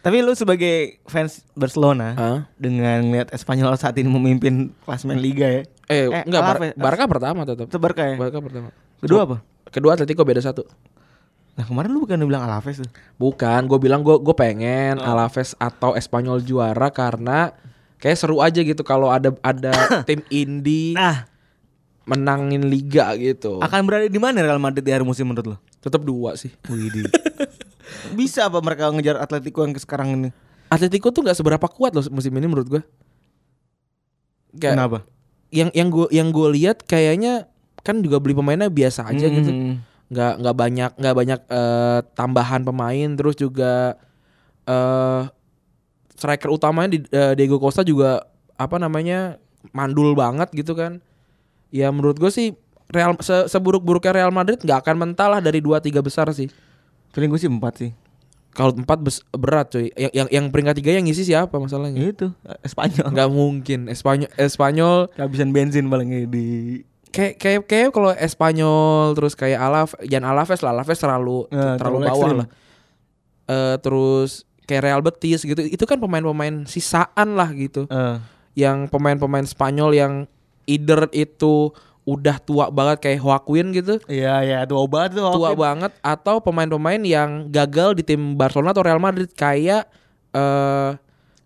Speaker 3: tapi lu sebagai fans Barcelona
Speaker 2: Hah?
Speaker 3: dengan lihat Espanyol saat ini memimpin klasemen liga ya
Speaker 2: eh, enggak
Speaker 3: kalah
Speaker 2: Bar-
Speaker 3: apa ya?
Speaker 2: Barca pertama tetap
Speaker 3: Itu Barca ya
Speaker 2: Barca pertama
Speaker 3: kedua apa
Speaker 2: kedua Atletico beda satu
Speaker 3: nah kemarin lu bukan bilang Alaves tuh
Speaker 2: bukan gue bilang gue gue pengen
Speaker 3: Oh.
Speaker 2: Alaves atau Espanyol juara karena kayak seru aja gitu kalau ada
Speaker 3: [COUGHS]
Speaker 2: ada tim indie
Speaker 3: nah
Speaker 2: menangin liga gitu
Speaker 3: akan berada di mana Real Madrid di akhir musim menurut lu
Speaker 2: tetap dua sih [LAUGHS]
Speaker 3: bisa apa mereka ngejar Atletico yang sekarang ini
Speaker 2: Atletico tuh nggak seberapa kuat loh musim ini menurut gue. Kayak
Speaker 3: kenapa
Speaker 2: yang yang gue yang gue lihat kayaknya kan juga beli pemainnya biasa aja
Speaker 3: Hmm.
Speaker 2: gitu. Nggak nggak banyak nggak banyak eh, tambahan pemain terus juga eh striker utamanya di, eh, Diego Costa juga apa namanya mandul banget gitu kan. Ya menurut gue sih Real se- seburuk-buruknya Real Madrid nggak akan mental lah dari 2 3 besar sih.
Speaker 3: feeling gue sih empat sih
Speaker 2: Kalau empat bes- berat cuy. Yang yang, yang peringkat tiga yang ngisi siapa masalahnya?
Speaker 3: ya itu Espanyol
Speaker 2: nggak mungkin Espanyol Espanyol
Speaker 3: kehabisan bensin paling di
Speaker 2: kayak kayak kayak kalau Espanyol terus kayak Alaf jangan Alaves lah Alaves terlalu terlalu
Speaker 3: Nah, terlalu
Speaker 2: bawah
Speaker 3: ekstrim.
Speaker 2: lah Eh, terus kayak Real Betis gitu itu kan pemain-pemain sisaan lah gitu
Speaker 3: eh,
Speaker 2: yang pemain-pemain Spanyol yang either itu udah tua banget kayak Joaquin gitu
Speaker 3: iya iya tua banget tuh
Speaker 2: tua
Speaker 3: Hawkins.
Speaker 2: banget atau pemain-pemain yang gagal di tim Barcelona atau Real Madrid kayak eh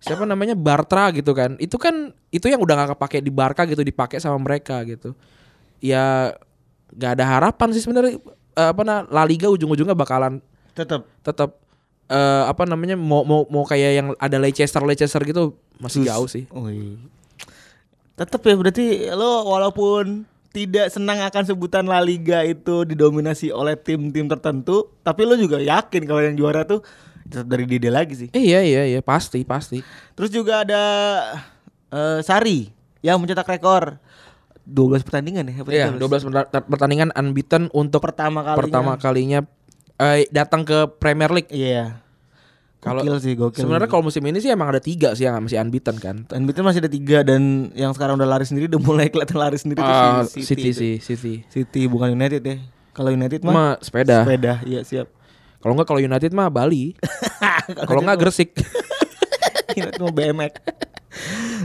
Speaker 2: siapa namanya Bartra gitu kan. Itu kan itu yang udah nggak kepake di Barca gitu dipakai sama mereka gitu. Ya nggak ada harapan sih sebenarnya Eh, apa nah La Liga ujung-ujungnya bakalan
Speaker 3: tetap
Speaker 2: tetap eh apa namanya mau mau mau kayak yang ada Leicester Leicester gitu masih
Speaker 3: Sus-
Speaker 2: jauh sih.
Speaker 3: Ui. Tetap ya berarti lo walaupun tidak senang akan sebutan La Liga itu didominasi oleh tim-tim tertentu, tapi lo juga yakin kalau yang juara tuh tetap dari Dede lagi sih.
Speaker 2: Eh, iya iya iya pasti pasti.
Speaker 3: Terus juga ada eh, Sari yang mencetak rekor 12 pertandingan ya. apa
Speaker 2: Iya,
Speaker 3: 13?
Speaker 2: 12 perta- pertandingan unbeaten untuk
Speaker 3: pertama kali.
Speaker 2: pertama kalinya eh, datang ke Premier League.
Speaker 3: Iya.
Speaker 2: Kalau-
Speaker 3: Gokil sih, gokil.
Speaker 2: Sebenarnya kalau musim ini sih emang ada tiga sih yang masih unbeaten kan.
Speaker 3: dan Bitton masih ada tiga dan yang sekarang udah lari sendiri udah mulai kelihatan lari sendiri tuh
Speaker 2: Ah,
Speaker 3: si
Speaker 2: City
Speaker 3: itu.
Speaker 2: sih, City.
Speaker 3: City bukan United ya. Kalau United mah
Speaker 2: Mah sepeda.
Speaker 3: sepeda, iya
Speaker 2: [LAUGHS]
Speaker 3: siap.
Speaker 2: Kalau nggak kalau United mah [LAUGHS] Bali. kalau nggak Gresik.
Speaker 3: United mau BMX.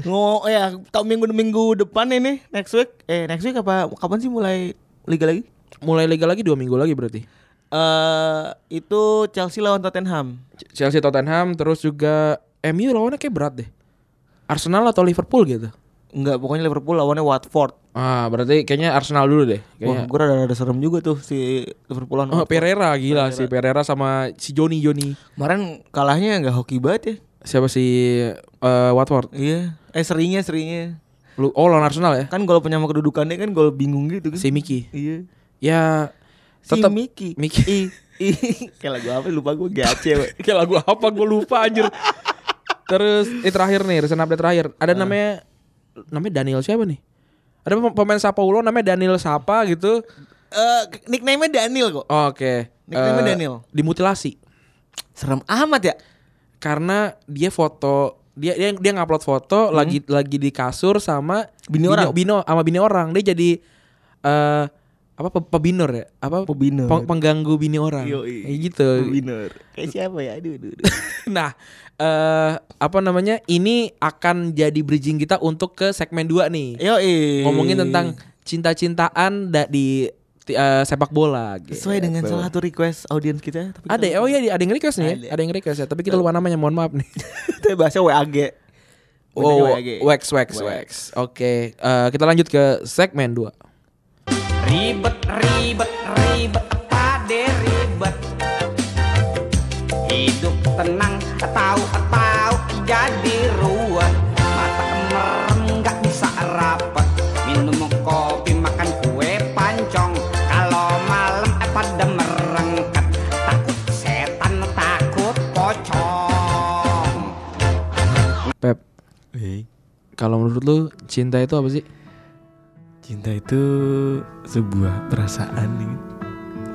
Speaker 3: Ngo ya, tau minggu minggu depan ini next week. Eh next week apa kapan sih mulai liga lagi?
Speaker 2: Mulai liga lagi dua minggu lagi berarti.
Speaker 3: Eh, itu Chelsea lawan Tottenham.
Speaker 2: C- Chelsea Tottenham terus juga MU lawannya kayak berat deh. Arsenal atau Liverpool gitu.
Speaker 3: Enggak, pokoknya Liverpool lawannya Watford.
Speaker 2: Ah, berarti kayaknya Arsenal dulu deh.
Speaker 3: Wah,
Speaker 2: Kayaknya.
Speaker 3: gue rada-rada serem juga tuh si Liverpool lawan
Speaker 2: Iya. Oh,
Speaker 3: Watford.
Speaker 2: Pereira gila sih Pereira sama si Joni Joni.
Speaker 3: Kemarin kalahnya nggak hoki banget ya.
Speaker 2: Siapa si eh, Watford?
Speaker 3: Iya. Eh serinya serinya.
Speaker 2: Lu oh lawan Arsenal ya?
Speaker 3: Kan gol penyama kedudukannya kan gol bingung gitu kan.
Speaker 2: Si Miki.
Speaker 3: iya.
Speaker 2: Ya
Speaker 3: Si
Speaker 2: tetap
Speaker 3: Miki.
Speaker 2: Miki.
Speaker 3: I, i. [LAUGHS] Kayak lagu apa lupa gue gace. we.
Speaker 2: Kayak lagu apa gue lupa anjir. Terus eh terakhir nih, recent update terakhir. Ada
Speaker 3: Nah.
Speaker 2: namanya namanya Daniel siapa nih? Ada pem- pemain Sao Paulo namanya Daniel Sapa gitu.
Speaker 3: Eh, nickname-nya Daniel kok.
Speaker 2: Oke.
Speaker 3: Nickname-nya
Speaker 2: Eh,
Speaker 3: Daniel.
Speaker 2: Dimutilasi.
Speaker 3: Serem amat ya.
Speaker 2: Karena dia foto dia dia, dia ngupload foto lagi lagi di kasur sama
Speaker 3: Hmm. Bini orang.
Speaker 2: Bino sama bini orang. Dia jadi eh apa pe- pebinor ya? Apa
Speaker 3: Pebinor.
Speaker 2: peng- pengganggu bini orang.
Speaker 3: Yoi.
Speaker 2: Kayak gitu.
Speaker 3: Winner. Kayak siapa ya? Aduh, aduh, aduh.
Speaker 2: [LAUGHS] Nah, eh apa namanya? Ini akan jadi bridging kita untuk ke segmen 2 nih.
Speaker 3: Yoi.
Speaker 2: Ngomongin tentang cinta-cintaan da- di ti- eh, sepak bola gitu.
Speaker 3: sesuai dengan salah satu request audiens kita. Tapi kita
Speaker 2: Ada oh iya ada yang request nih,
Speaker 3: Ada.
Speaker 2: ya? ada yang request ya, tapi kita lupa namanya, mohon maaf nih.
Speaker 3: [LAUGHS] Itu bahasa WAG.
Speaker 2: Oh,
Speaker 3: Benernya
Speaker 2: wax wax wax. Oke, eh, kita lanjut ke segmen 2.
Speaker 4: Ribet, ribet, ribet, apa deh ribet Hidup tenang, tahu-tahu jadi ruwet Mata kemerem, nggak bisa rapet Minum kopi, makan kue pancong Kalau malam eh, pada merengket Takut setan, takut pocong
Speaker 2: Pep,
Speaker 3: Hei,
Speaker 2: kalau menurut lu cinta itu apa sih?
Speaker 3: Cinta itu sebuah perasaan nih.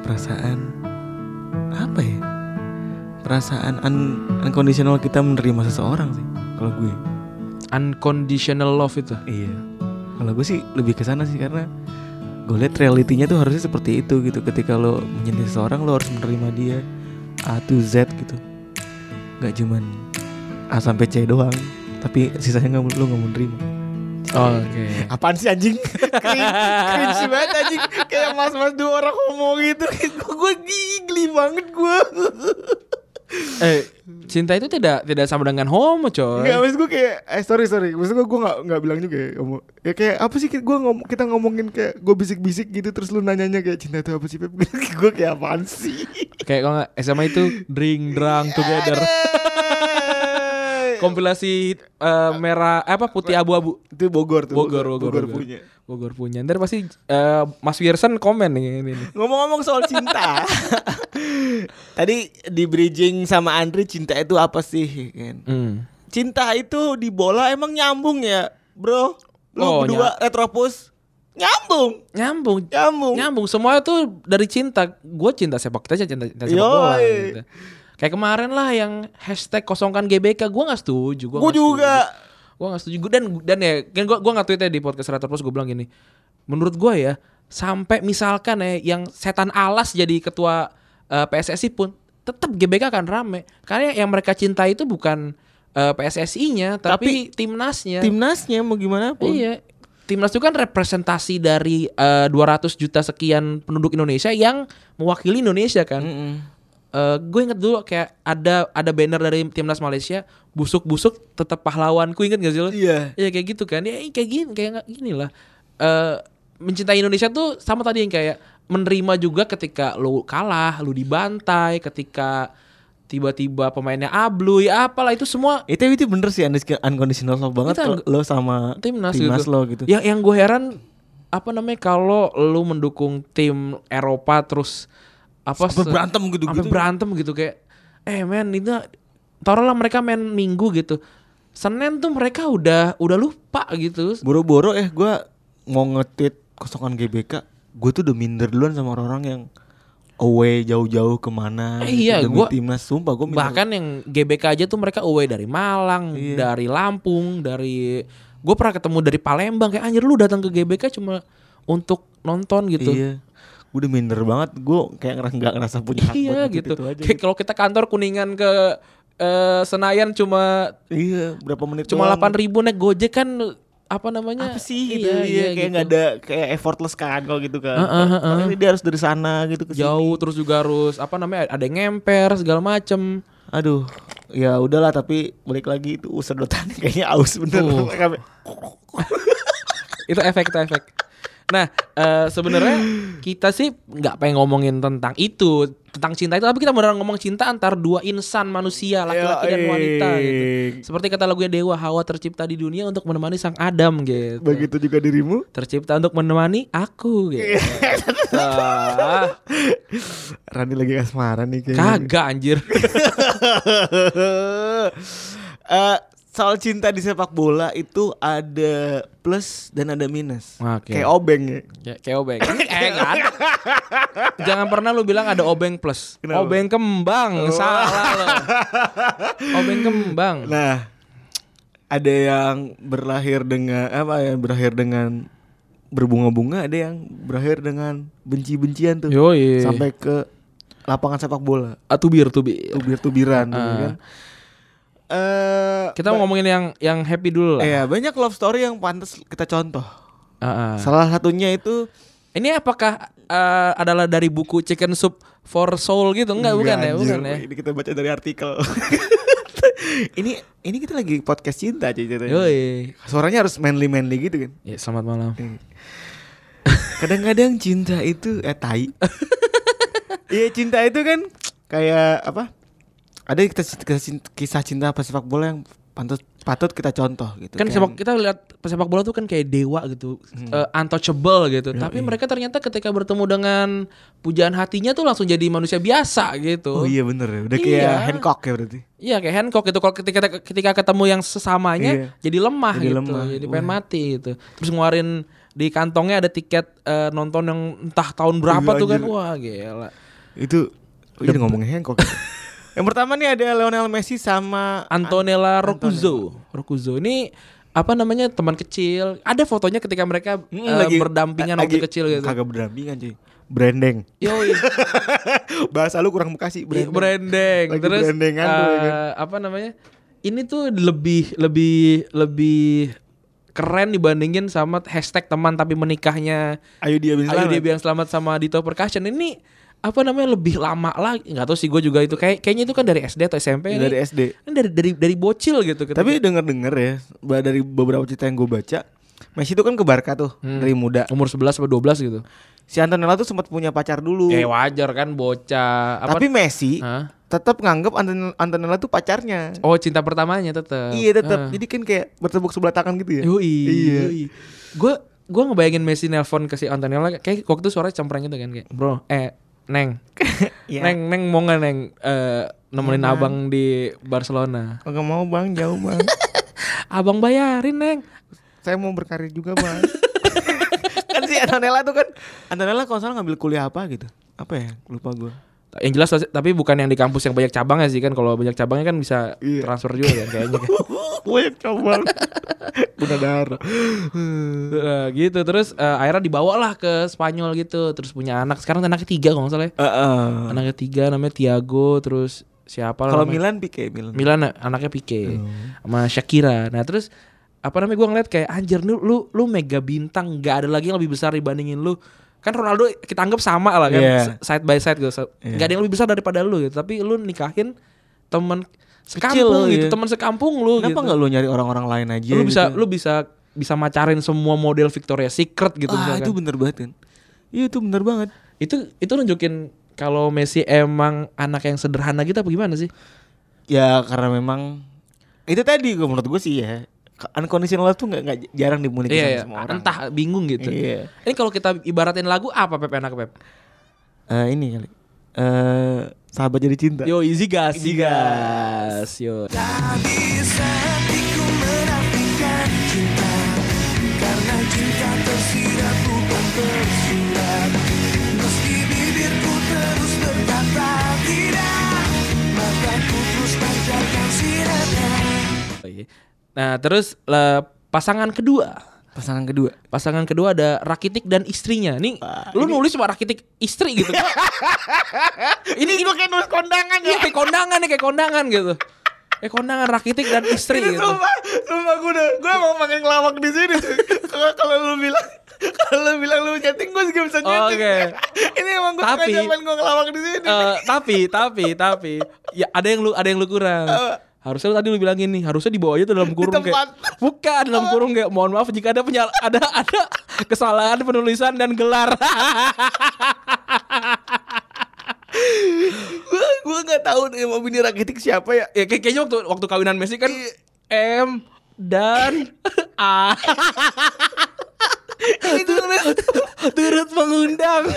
Speaker 3: Perasaan apa ya? Perasaan un- unconditional kita menerima seseorang sih. Kalau gue,
Speaker 2: Unconditional love itu.
Speaker 3: iya. Kalau gue sih lebih ke sana sih karena gue lihat realitinya tuh harusnya seperti itu gitu. Ketika lo mencintai seseorang lo harus menerima dia A to Z gitu. Gak cuman A sampai C doang, tapi sisanya nggak lo nggak mau menerima.
Speaker 2: Oke.
Speaker 3: Apaan sih
Speaker 5: [LAUGHS]
Speaker 3: anjing? Cringe banget anjing Kayak mas-mas dua orang homo gitu Gue gigli banget gue
Speaker 2: Eh, cinta itu tidak tidak sama dengan homo, coy.
Speaker 5: Enggak, maksud gue kayak eh sorry sorry, maksud gue gue nggak nggak bilang juga ya kamu. Ya kayak apa sih kita, gua ngom- kita ngomongin kayak gue bisik-bisik gitu terus lu nanyanya kayak cinta itu apa sih Pep? [LAUGHS] gue kayak apaan sih?
Speaker 2: Kayak kalau nggak SMA itu drink drunk together. Kompilasi eh, merah eh, apa putih abu-abu.
Speaker 5: itu Bogor tuh.
Speaker 2: Bogor, Bogor, Bogor,
Speaker 5: punya.
Speaker 2: Bogor punya. Ntar pasti eh, Mas Wiersen komen nih ini. nih.
Speaker 3: Ngomong-ngomong soal
Speaker 5: [LAUGHS]
Speaker 3: cinta Tadi di bridging sama Andri cinta itu apa sih? kan?
Speaker 2: Hmm.
Speaker 3: Cinta itu di bola emang nyambung ya bro? Lu
Speaker 2: Oh,
Speaker 3: berdua retropus Nyambung
Speaker 2: Nyambung.
Speaker 3: Nyambung
Speaker 2: Nyambung semua tuh dari cinta. Gue cinta sepak kita cinta, cinta sepak bola
Speaker 3: Yoi.
Speaker 2: gitu. Kayak kemarin lah yang hashtag kosongkan GBK gue nggak setuju.
Speaker 3: Gue
Speaker 2: nggak setuju.
Speaker 3: juga
Speaker 2: Gue gak setuju Gua- dan dan ya kan gue gua nggak tweetnya di podcast Rator Plus gue bilang gini. Menurut gue ya sampai misalkan ya yang setan alas jadi ketua eh, PSSI pun tetap GBK akan rame karena yang mereka cinta itu bukan eh, PSSI-nya tapi, timnasnya.
Speaker 3: Timnasnya mau gimana pun
Speaker 2: Iya. Timnas itu kan representasi dari eh, 200 juta sekian penduduk Indonesia yang mewakili Indonesia kan.
Speaker 3: Mm-mm.
Speaker 2: Eh, gue inget dulu kayak ada ada banner dari timnas Malaysia busuk-busuk tetap pahlawanku inget gak sih lo?
Speaker 3: Iya.
Speaker 2: Iya kayak gitu kan. Ya kayak gini kayak nggak- gini lah. Eh, mencintai Indonesia tuh sama tadi yang kayak menerima juga ketika lu kalah, lu dibantai, ketika tiba-tiba pemainnya abluy apalah itu semua
Speaker 3: Itu itu bener sih undes- unconditional love banget
Speaker 2: Itu
Speaker 3: lo sama
Speaker 2: timnas, gitu.
Speaker 3: lo gitu.
Speaker 2: Yang yang gue heran apa namanya kalau lu mendukung tim Eropa terus apa
Speaker 3: Sampai
Speaker 2: se-
Speaker 3: berantem gitu-gitu. ya?
Speaker 2: sampai berantem gitu kayak eh men itu taruhlah mereka main minggu gitu Senin tuh mereka udah udah lupa gitu
Speaker 3: Boro-boro eh gue mau nge-tweet kosongan GBK, gue tuh udah minder duluan sama orang-orang yang away jauh-jauh kemana
Speaker 2: Eh, iya,
Speaker 3: demi
Speaker 2: gua-
Speaker 3: timnas sumpah gue
Speaker 2: bahkan yang GBK aja tuh mereka away dari Malang
Speaker 3: Iya.
Speaker 2: dari Lampung dari gue pernah ketemu dari Palembang kayak anjir lu datang ke GBK cuma untuk nonton gitu
Speaker 3: iya gue udah minder banget gue kayak ngerasa nggak ngerasa punya hak
Speaker 2: iya
Speaker 3: buat
Speaker 2: gitu.
Speaker 3: nge-tweet itu aja
Speaker 2: Kayak kalau kita kantor kuningan ke eh, Senayan cuma
Speaker 3: iya berapa menit
Speaker 2: cuma
Speaker 3: doang.
Speaker 2: delapan ribu naik gojek kan apa namanya
Speaker 3: apa sih gitu
Speaker 2: Iya,
Speaker 3: iya,
Speaker 2: iya,
Speaker 3: kayak
Speaker 2: gitu.
Speaker 3: nggak ada kayak effortless kan kalau gitu kan
Speaker 2: Heeh, heeh.
Speaker 3: Makanya dia harus dari sana gitu ke sini.
Speaker 2: jauh terus juga harus apa namanya ada yang ngemper segala macem
Speaker 3: aduh ya udahlah tapi balik lagi itu sedotan [LAUGHS] kayaknya aus bener [LAUGHS]
Speaker 2: Uh. itu efek itu efek nah eh,
Speaker 3: [GASPS]
Speaker 2: sebenarnya kita sih nggak pengen ngomongin tentang itu tentang cinta itu tapi kita beneran ngomong cinta antar dua insan
Speaker 3: Iya,
Speaker 2: manusia laki-laki dan wanita gitu seperti kata lagunya Dewa Hawa tercipta di dunia untuk menemani sang Adam gitu
Speaker 5: Begitu juga dirimu
Speaker 2: tercipta untuk menemani aku
Speaker 3: Iya.
Speaker 2: gitu Ah,
Speaker 5: Rani lagi asmara nih kayaknya
Speaker 2: kagak anjir
Speaker 3: [LAUGHS] Eh, soal cinta di sepak bola itu ada plus dan ada minus
Speaker 2: Oke.
Speaker 5: Kayak obeng ya
Speaker 2: Ya, kayak obeng. eh, nggak ada. Jangan pernah lu bilang ada obeng plus. Obeng
Speaker 3: Oh.
Speaker 2: kembang, salah lo. Obeng kembang.
Speaker 3: Nah, ada yang berlahir dengan apa ya? Berakhir dengan berbunga-bunga, ada yang berakhir dengan benci-bencian tuh.
Speaker 2: Yoi. Ah,
Speaker 3: Sampai ke lapangan sepak bola,
Speaker 2: Atubir tubir.
Speaker 3: tubir-tubiran gitu
Speaker 2: Ah.
Speaker 3: kan. Eh,
Speaker 2: Kita mau ngomongin yang yang happy dulu lah.
Speaker 3: iya, banyak love story yang pantas kita contoh.
Speaker 2: Ah, ah.
Speaker 3: Salah satunya itu
Speaker 2: Ini apakah eh, adalah dari buku Chicken Soup for Soul gitu? Enggak, bukan ya,
Speaker 3: Anjir, Iya.
Speaker 2: bukan ya.
Speaker 3: Ini kita baca dari artikel. [LAUGHS] ini ini kita lagi podcast cinta cuy ceritanya.
Speaker 2: Yoi.
Speaker 3: Suaranya harus manly-manly gitu kan.
Speaker 2: Ya, selamat malam.
Speaker 3: Kadang-kadang cinta itu eh
Speaker 2: [LAUGHS]
Speaker 3: tai. Iya cinta itu kan kayak apa? Ada kita kisah cinta, kisah cinta pesepak bola yang pantas patut kita contoh gitu. Hmm.
Speaker 2: kan sepak kita lihat pesepak bola tuh kan kayak dewa gitu, eh, untouchable gitu. Tapi mereka ternyata ketika bertemu dengan pujaan hatinya tuh langsung jadi manusia biasa gitu.
Speaker 3: Oh iya bener ya. Udah
Speaker 2: Iya.
Speaker 3: kayak Hancock ya berarti.
Speaker 2: Iya kayak Hancock gitu kalau ketika ketika ketemu yang sesamanya
Speaker 3: Iya.
Speaker 2: jadi lemah
Speaker 3: Jadi
Speaker 2: gitu,
Speaker 3: lemah.
Speaker 2: jadi pengen
Speaker 3: Wah.
Speaker 2: mati gitu. Terus ngeluarin di kantongnya ada tiket eh, nonton yang entah tahun berapa
Speaker 3: Iya,
Speaker 2: tuh kan.
Speaker 3: anjir.
Speaker 2: Wah, gila.
Speaker 3: Itu udah ngomongin Hancock. ya.
Speaker 2: [LAUGHS]
Speaker 3: yang pertama nih ada Lionel Messi sama
Speaker 2: Antonella Rocuzzo. Rocuzzo ini apa namanya teman kecil. Ada fotonya ketika mereka
Speaker 3: Hmm,
Speaker 2: eh, berdampingan
Speaker 3: lagi-
Speaker 2: waktu kecil gitu.
Speaker 3: Kagak berdampingan cuy. Brandeng. [LAUGHS]
Speaker 2: Yoi.
Speaker 3: Bahasa lu kurang Bekasi,
Speaker 2: branding,
Speaker 3: brandeng. Lagi
Speaker 2: terus
Speaker 5: brandengan tuh, ya
Speaker 3: kan?
Speaker 2: eh, apa namanya ini tuh lebih lebih lebih keren dibandingin sama hashtag teman tapi menikahnya
Speaker 3: Ayo dia bin
Speaker 2: ayo dia
Speaker 3: Selamat.
Speaker 2: bilang selamat sama Dito Percussion ini apa namanya lebih lama lagi nggak tahu sih gue juga itu kayak kayaknya itu kan dari SD atau SMP
Speaker 3: Iya, Dari
Speaker 2: ini.
Speaker 3: SD.
Speaker 2: Ini dari dari dari bocil gitu ketika-
Speaker 3: Tapi denger-denger ya ba- dari beberapa cerita yang gue baca, Messi itu kan ke Barca tuh dari muda.
Speaker 2: umur 11 atau 12 gitu
Speaker 3: Si Antonella tuh sempat punya pacar dulu.
Speaker 2: ya wajar kan bocah apa
Speaker 3: Uh. Tapi Messi
Speaker 2: Hah?
Speaker 3: tetap nganggep Anton- Antonella tuh pacarnya.
Speaker 2: oh cinta pertamanya tetap
Speaker 3: Iya
Speaker 2: Ah.
Speaker 3: tetap. Jadi kan kayak bertepuk sebelah tangan gitu ya.
Speaker 2: Yoi.
Speaker 3: Iya.
Speaker 2: Yoi. Gue gue ngebayangin Messi nelpon ke si Antonella kayak waktu itu suaranya cempreng gitu kan kayak bro eh neng
Speaker 3: Iya.
Speaker 2: neng neng mau nggak neng eh, nemenin abang di Barcelona
Speaker 3: Oh, nggak mau bang, jauh [LAUGHS] bang.
Speaker 2: abang bayarin neng
Speaker 5: Saya mau berkarir juga bang
Speaker 3: [LAUGHS] kan si Antonella tuh kan Antonella kalau nggak salah ngambil kuliah apa gitu. Apa ya? Lupa [LAUGHS] gue.
Speaker 2: yang jelas pasti- tapi bukan yang di kampus yang banyak cabangnya sih kan kalau banyak cabangnya kan bisa
Speaker 3: Iya.
Speaker 2: transfer juga kan
Speaker 3: [LAUGHS]
Speaker 2: kayaknya kan.
Speaker 3: gue yang [LAUGHS] coba.
Speaker 5: Bunda Dara
Speaker 2: Eh, gitu terus eh, akhirnya dibawalah ke Spanyol gitu terus punya anak sekarang anak ketiga kalau nggak salah ya.
Speaker 3: Heeh.
Speaker 2: anak ketiga namanya Tiago terus siapa lah
Speaker 3: Nah. Kalau
Speaker 2: namanya?
Speaker 3: Milan Pique, Milan.
Speaker 2: Milan anaknya
Speaker 3: Iya.
Speaker 2: Pique sama Shakira. Nah, terus apa namanya gua ngeliat kayak anjir lu lu, lu mega bintang nggak ada lagi yang lebih besar dibandingin lu. Kan Ronaldo kita anggap sama lah kan
Speaker 3: Iya.
Speaker 2: s- side by side gitu. Sa-
Speaker 3: Iya.
Speaker 2: nggak ada yang lebih besar daripada lu gitu. Tapi lu nikahin temen
Speaker 3: Kecil
Speaker 2: sekampung
Speaker 3: lu,
Speaker 2: gitu,
Speaker 3: iya.
Speaker 2: teman sekampung lu
Speaker 3: Kenapa
Speaker 2: gitu.
Speaker 3: nggak lu nyari orang-orang lain aja?
Speaker 2: Lu bisa
Speaker 3: gitu?
Speaker 2: lu bisa bisa macarin semua model Victoria's Secret gitu
Speaker 3: ah,
Speaker 2: misalkan.
Speaker 3: itu bener banget kan. Iya itu bener banget.
Speaker 2: Itu itu nunjukin kalau Messi emang anak yang sederhana gitu apa gimana sih?
Speaker 3: Ya karena memang itu tadi gue menurut gue sih ya ke- unconditional love tuh nggak nggak jarang dimiliki
Speaker 2: Iya,
Speaker 3: sama
Speaker 2: iya.
Speaker 3: semua orang.
Speaker 2: entah bingung gitu.
Speaker 3: Iya.
Speaker 2: Ini kalau kita ibaratin lagu apa Pep enak Pep?
Speaker 3: Eh, ini kali. Eh, sahabat jadi cinta.
Speaker 2: Yo easy gas,
Speaker 3: Easy
Speaker 2: gas. Yo. Oke. Nah, terus eh, pasangan kedua.
Speaker 3: Pasangan kedua.
Speaker 2: Pasangan kedua ada Rakitik dan istrinya. Nih, lu nulis cuma Rakitik istri gitu.
Speaker 3: [LAUGHS]
Speaker 2: Iya, Gua- ini ini kayak nulis kondangan ya. kayak kondangan nih, kayak kondangan gitu. Eh kondangan rakitik dan istri
Speaker 3: [LAUGHS] Ini
Speaker 2: gitu.
Speaker 3: Sumpah, sumpah gue udah, gue emang makin ngelawak di sini. cuy. Kalau kalau lu bilang, [LAUGHS] kalau lu bilang lu nyeting, gue juga bisa nyeting.
Speaker 2: Oke.
Speaker 3: [LAUGHS] Ini emang gue
Speaker 2: Tapi-
Speaker 3: sengaja main gue ngelawak di sini.
Speaker 2: Eh, tapi tapi tapi ya ada yang lu ada yang lu kurang. Harusnya lu tadi lu bilang gini, harusnya dibawa aja tuh dalam kurung
Speaker 3: Eh. tempat. Eh.
Speaker 2: kayak bukan dalam kurung kayak mohon maaf jika ada penyal ada ada kesalahan penulisan dan gelar.
Speaker 3: Gue gue nggak tahu nih mau bini rakitik siapa ya.
Speaker 2: ya
Speaker 3: Iya.
Speaker 2: kayak- kayaknya waktu waktu kawinan Messi kan M dan A
Speaker 3: Ini gue ngeliat
Speaker 2: [LAUGHS] turut mengundang.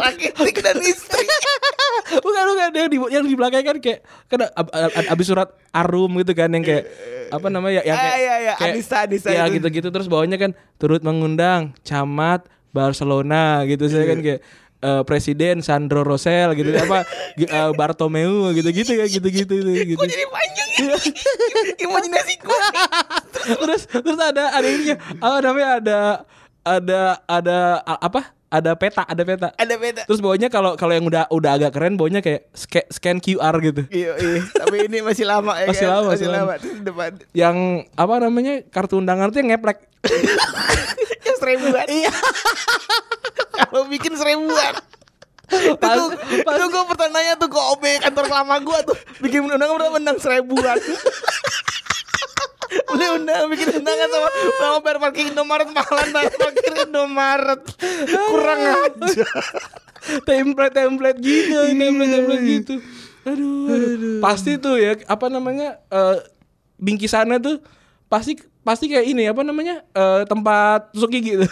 Speaker 3: rakitik dan istri.
Speaker 2: [LAUGHS] bukan bukan yang di yang di belakang kan kayak kan ab- ab- abis surat arum gitu kan yang kayak apa namanya ya yang
Speaker 3: Ah,
Speaker 2: kayak,
Speaker 3: iya, iya,
Speaker 2: kayak-
Speaker 3: Anissa, Anissa
Speaker 2: ya
Speaker 3: itu.
Speaker 2: gitu gitu terus bawahnya kan turut mengundang camat Barcelona gitu saya kan kayak eh, presiden Sandro Rosel
Speaker 3: [LAUGHS]
Speaker 2: gitu apa G- eh, Bartomeu gitu gitu kan gitu gitu gitu
Speaker 3: Kok jadi panjang ya? Imajinasi gue.
Speaker 2: terus terus ada ada ini apa namanya ada ada ada a- apa ada peta ada peta
Speaker 3: Ada beda.
Speaker 2: terus bawahnya kalau kalau yang udah udah agak keren bawahnya kayak scan, scan QR gitu
Speaker 3: Iya, iya. Tapi ini masih lama ya
Speaker 2: Masih
Speaker 3: kan?
Speaker 2: lama,
Speaker 3: masih
Speaker 2: masih
Speaker 3: lama.
Speaker 2: lama.
Speaker 3: Terus di depan
Speaker 2: yang apa namanya kartu undangan tuh yang ngeplek
Speaker 3: yang seribuan. Iya. [LAUGHS] Kalau bikin seribuan.
Speaker 2: Pas-
Speaker 3: Tuh,
Speaker 2: pas-
Speaker 3: itu gue pertanyaannya tuh ke OB kantor lama gue tuh bikin undangan berapa menang seribuan. [LAUGHS] Beli undang bikin undangan sama sama bayar parkir Indomaret mahalan bayar parkir Indomaret [LAUGHS] kurang
Speaker 2: [LAUGHS]
Speaker 3: aja. Iya.
Speaker 2: template template gitu template template gitu aduh, aduh. pasti tuh ya apa namanya eh bingkisannya tuh pasti pasti kayak ini apa namanya eh, tempat gitu. tusuk [LAUGHS] gigi tuh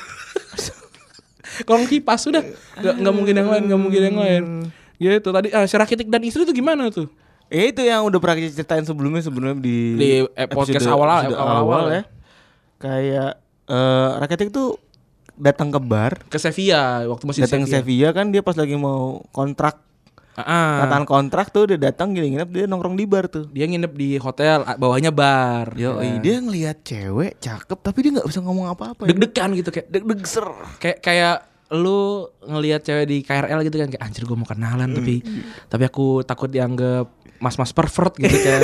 Speaker 2: kolong kipas sudah nggak nggak mungkin yang lain nggak mungkin yang lain gitu tadi ah, si rakitik dan istri tuh gimana tuh
Speaker 3: Ya itu yang udah pernah kita ceritain sebelumnya sebelumnya di
Speaker 2: Di, eh, podcast
Speaker 3: episode-
Speaker 2: awal-
Speaker 3: episode
Speaker 2: awal- awal ya.
Speaker 3: Kayak eh Rakitic tuh datang ke bar,
Speaker 2: ke Sevilla waktu masih
Speaker 3: datang ke Sevilla kan dia pas lagi mau kontrak,
Speaker 2: Ah,
Speaker 3: kataan kontrak tuh dia datang gini nginep dia nongkrong di bar tuh.
Speaker 2: dia nginep di hotel ah, bawahnya bar ya.
Speaker 3: Yo, dia ngelihat cewek cakep tapi dia nggak bisa ngomong apa-apa. ya.
Speaker 2: deg-degan gitu kayak
Speaker 3: deg-deg ser.
Speaker 2: kayak kayak lu ngelihat cewek di KRL gitu kan kayak anjir gue mau kenalan tapi
Speaker 3: Mm.
Speaker 2: tapi aku takut dianggap mas-mas pervert gitu
Speaker 3: [LAUGHS]
Speaker 2: kan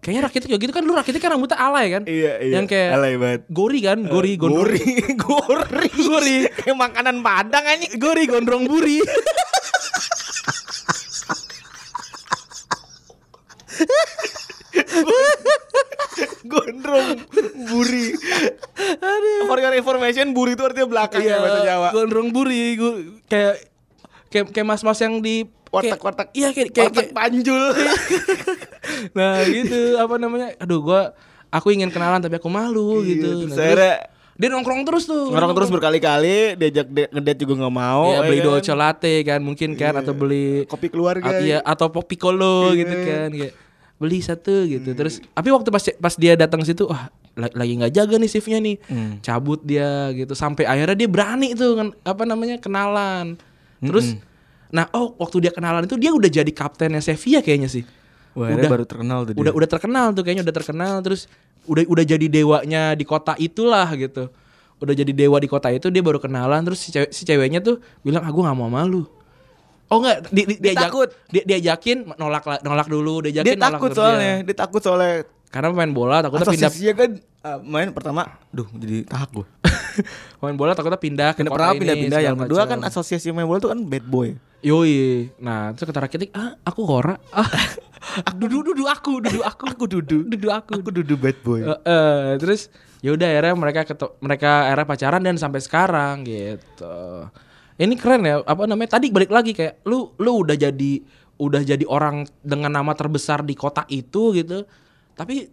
Speaker 2: kayaknya rakitik juga gitu kan lu rakitik kan rambutnya alay kan
Speaker 3: Iya, iya.
Speaker 2: yang kayak
Speaker 3: Alay banget.
Speaker 2: gori kan gori gondrong
Speaker 3: [LAUGHS] Gori, gori,
Speaker 2: Gori.
Speaker 3: Kayak makanan Padang anjing.
Speaker 2: gori gondrong [LAUGHS] buri
Speaker 3: Gondrong Buri For your information Buri itu artinya belakang
Speaker 2: Iya.
Speaker 3: ya bahasa Jawa
Speaker 2: gondrong buri gu- kayak kayak kayak mas-mas yang di kayak-
Speaker 3: Warteg-warteg.
Speaker 2: iya kayak kayak,
Speaker 3: Otak Iya,
Speaker 2: kayak- Iya,
Speaker 3: panjul
Speaker 2: nah gitu apa namanya aduh gua aku ingin kenalan tapi aku malu gitu
Speaker 3: Iya, Terus
Speaker 2: Nah, terus
Speaker 3: akhirnya
Speaker 2: dia nongkrong terus tuh
Speaker 3: Nongkrong terus berkali-kali Diajak de- ngedate juga gak mau
Speaker 2: ya,
Speaker 3: ya
Speaker 2: beli
Speaker 3: kan?
Speaker 2: dolce latte kan mungkin kan
Speaker 3: Iya.
Speaker 2: atau beli
Speaker 5: Kopi keluarga.
Speaker 2: at- iya, atau kopi piccolo gitu kan kayak beli satu
Speaker 3: Hmm.
Speaker 2: gitu terus tapi waktu pas pas dia datang situ wah la- lagi nggak jaga nih shiftnya nih
Speaker 3: Hmm.
Speaker 2: cabut dia gitu sampai akhirnya dia berani tuh kan apa namanya kenalan terus nah oh waktu dia kenalan itu dia udah jadi kaptennya Sevilla kayaknya sih
Speaker 3: Wah, akhirnya baru terkenal tuh dia.
Speaker 2: udah udah terkenal tuh kayaknya udah terkenal terus udah udah jadi dewanya di kota itulah gitu udah jadi dewa di kota itu dia baru kenalan terus si, cewek- si ceweknya tuh bilang aku nggak mau malu oh nggak di, di,
Speaker 3: Dia
Speaker 2: diajak-
Speaker 3: takut.
Speaker 2: dia diajakin nolak la- nolak dulu diajakin
Speaker 3: Dia
Speaker 2: nolak
Speaker 3: takut
Speaker 2: terus
Speaker 3: soalnya
Speaker 2: dia.
Speaker 3: Dia takut soalnya
Speaker 2: karena main bola takutnya pindah
Speaker 3: Asosiasinya kan eh, Main pertama Duh jadi tahak gue
Speaker 2: [LAUGHS] main bola takutnya pindah ke
Speaker 3: Karena
Speaker 2: kota
Speaker 3: pertama
Speaker 2: ini,
Speaker 3: pindah-pindah
Speaker 2: segala
Speaker 3: Yang kedua
Speaker 2: macam.
Speaker 3: kan asosiasi main bola tuh kan bad boy
Speaker 2: Yoi. Nah, terus kata Rakitic, "Ah, aku
Speaker 3: [LAUGHS]
Speaker 2: ora. Ah, dudu dudu aku, dudu aku. aku dudu. Dudu aku. Aku dudu
Speaker 3: bad boy.
Speaker 2: Eh, eh, terus ya udah akhirnya mereka ketu- mereka era pacaran dan sampai sekarang gitu. Ini keren ya, apa namanya? Tadi balik lagi kayak lu lu udah jadi udah jadi orang dengan nama terbesar di kota itu gitu. Tapi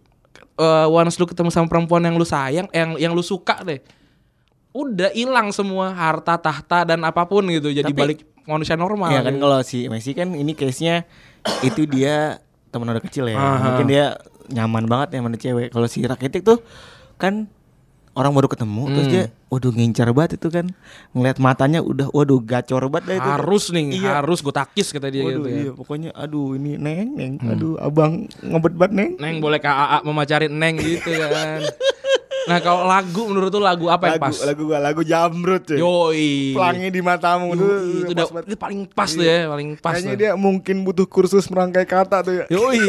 Speaker 2: eh once lu ketemu sama perempuan yang lu sayang, yang yang lu suka deh. Udah hilang semua harta tahta dan apapun gitu. Jadi
Speaker 3: Tapi-
Speaker 2: balik manusia normal.
Speaker 3: Iya kan
Speaker 2: gitu.
Speaker 3: kalau si Messi kan ini case-nya itu dia teman udah kecil ya.
Speaker 2: Aha.
Speaker 3: Mungkin dia nyaman banget nyaman sama cewek. Kalau si Rakitic tuh kan orang baru ketemu
Speaker 2: Hmm.
Speaker 3: terus dia waduh ngincar banget itu kan. Ngeliat matanya udah waduh gacor banget dah itu.
Speaker 2: harus nih,
Speaker 3: Iya.
Speaker 2: harus gue takis kata dia
Speaker 3: Waduh
Speaker 2: gitu ya. Hmm.
Speaker 3: iya pokoknya aduh ini neng neng aduh abang ngebet banget neng.
Speaker 2: Neng boleh KAA memacarin Neng gitu kan. nah kalau lagu menurut tuh lagu apa yang
Speaker 3: Lagu
Speaker 2: pas?
Speaker 3: lagu gua lagu jamrut cuy.
Speaker 2: Yoi.
Speaker 5: ya? Pelangi di matamu
Speaker 2: Yoi,
Speaker 5: tuh,
Speaker 2: itu,
Speaker 5: pas
Speaker 2: udah,
Speaker 5: banget.
Speaker 2: itu paling pas tuh ya, paling pas.
Speaker 5: Kayaknya
Speaker 2: tuh.
Speaker 5: dia mungkin butuh kursus merangkai kata tuh ya.
Speaker 2: Yoi.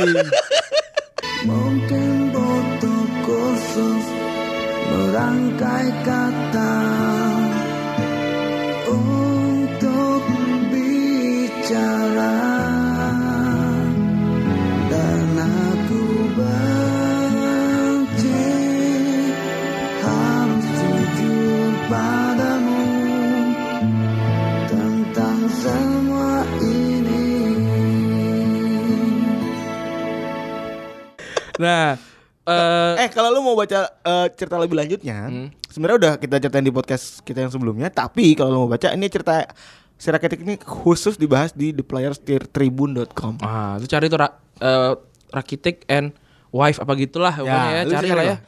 Speaker 6: Mungkin butuh khusus merangkai kata untuk bicara dan aku benci harus jujur padamu tentang semua ini.
Speaker 2: Nah, eh Hmm.
Speaker 3: Eh kalau lu mau baca eh, cerita lebih lanjutnya, sebenarnya udah kita ceritain di podcast kita yang sebelumnya. Tapi kalau lu mau baca ini cerita Siraketik ini khusus dibahas di theplayerstribune.com.
Speaker 2: ah, lu cari tuh ra, eh, Rakitic and Wife apa gitulah pokoknya ya,
Speaker 3: lu
Speaker 2: cari
Speaker 3: cari
Speaker 2: lah ya.
Speaker 3: lah.